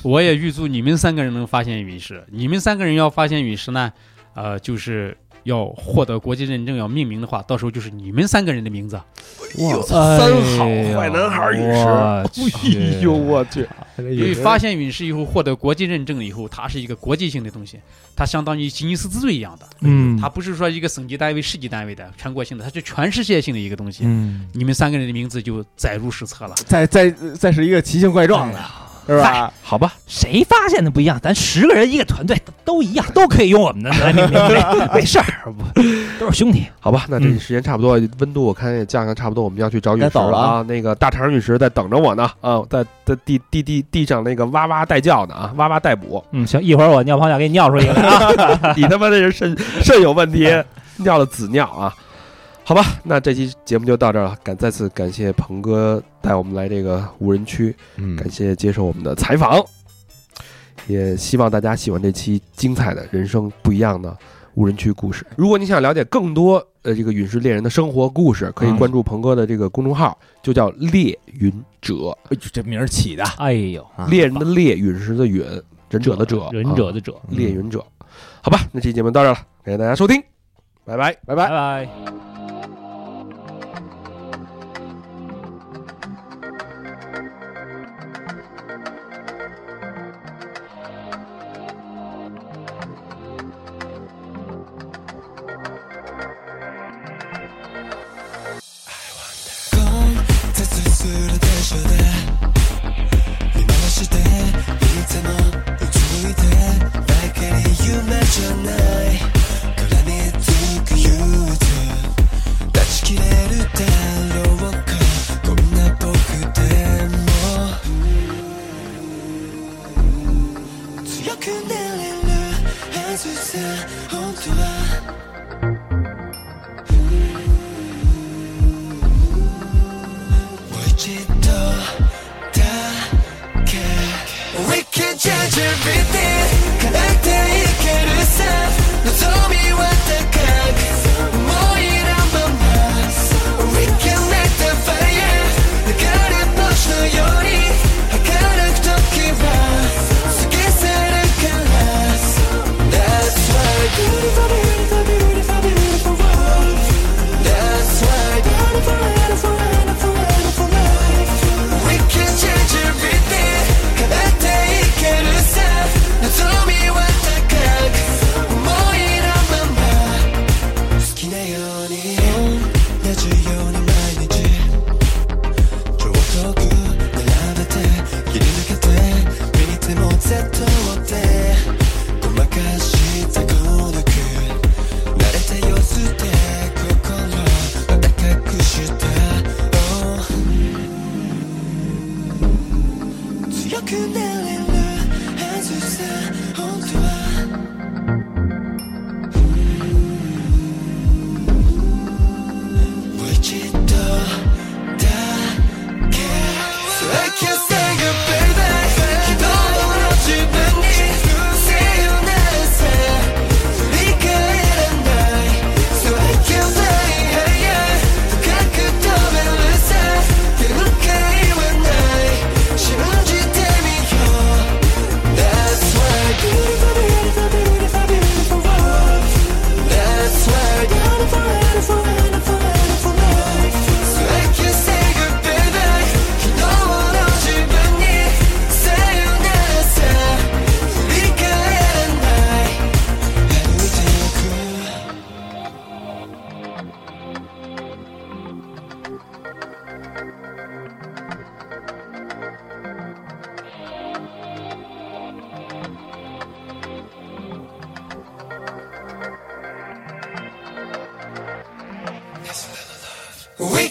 我也预祝你们三个人能发现陨石。你们三个人要发现陨石呢，呃，就是要获得国际认证，要命名的话，到时候就是你们三个人的名字。哇，哎三呦好坏男孩陨我 <laughs> 石，哎呦我去，因为发现陨石以后获得国际认证了以后，它是一个国际性的东西，它相当于吉尼斯之最一样的，嗯，它不是说一个省级单位、市级单位的全国性的，它是全世界性的一个东西。嗯，你们三个人的名字就载入史册了。再再再是一个奇形怪状哎的，是吧？好吧，谁发现的不一样？咱十个人一个团队都一 <laughs> 样，都可以用我们的，没 <laughs> 没没没事儿， <laughs> 不都是兄弟。好吧，那这时间差不多，温度我看也降下差不多，我们要去找陨该石走了啊。那个大肠陨石在等着我呢，啊，在在地地地地上那个哇哇带叫呢啊，哇哇带补，嗯，行，一会儿我尿泡尿给你尿出一个来啊。 <laughs> 你他妈这是肾肾有问题，尿了紫尿啊。好吧，那这期节目就到这儿了，感再次感谢鹏哥带我们来这个无人区，嗯感谢接受我们的采访，也希望大家喜欢这期精彩的人生不一样的无人区故事。如果你想了解更多呃这个陨石猎人的生活故事，可以关注鹏哥的这个公众号，就叫猎云者，哎呦这名儿起的， <laughs> 哎呦，啊猎人的猎，陨石的陨，忍者的者，忍者啊的者，猎云者。好吧，那这期节目到这儿了，感谢大家收听，拜拜。拜拜拜。拜。強くなれるはずさ本当はもう一度だけ We can change everything 変えていけるさ望みは高く思いのまま We can light the fire 流れ星のように儚く時は過ぎ去るから That's why beautiful beautiful beautiful beautiful world That's why beautiful beautiful beautiful beautiful life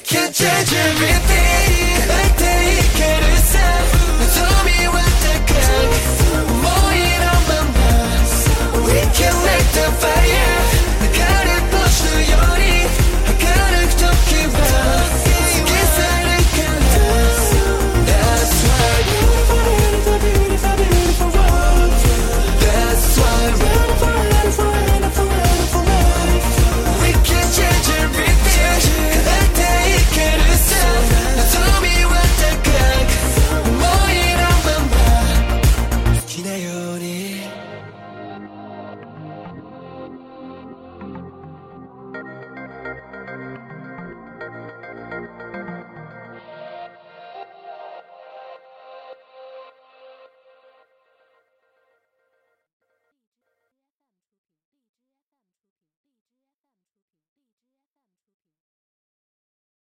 can change everything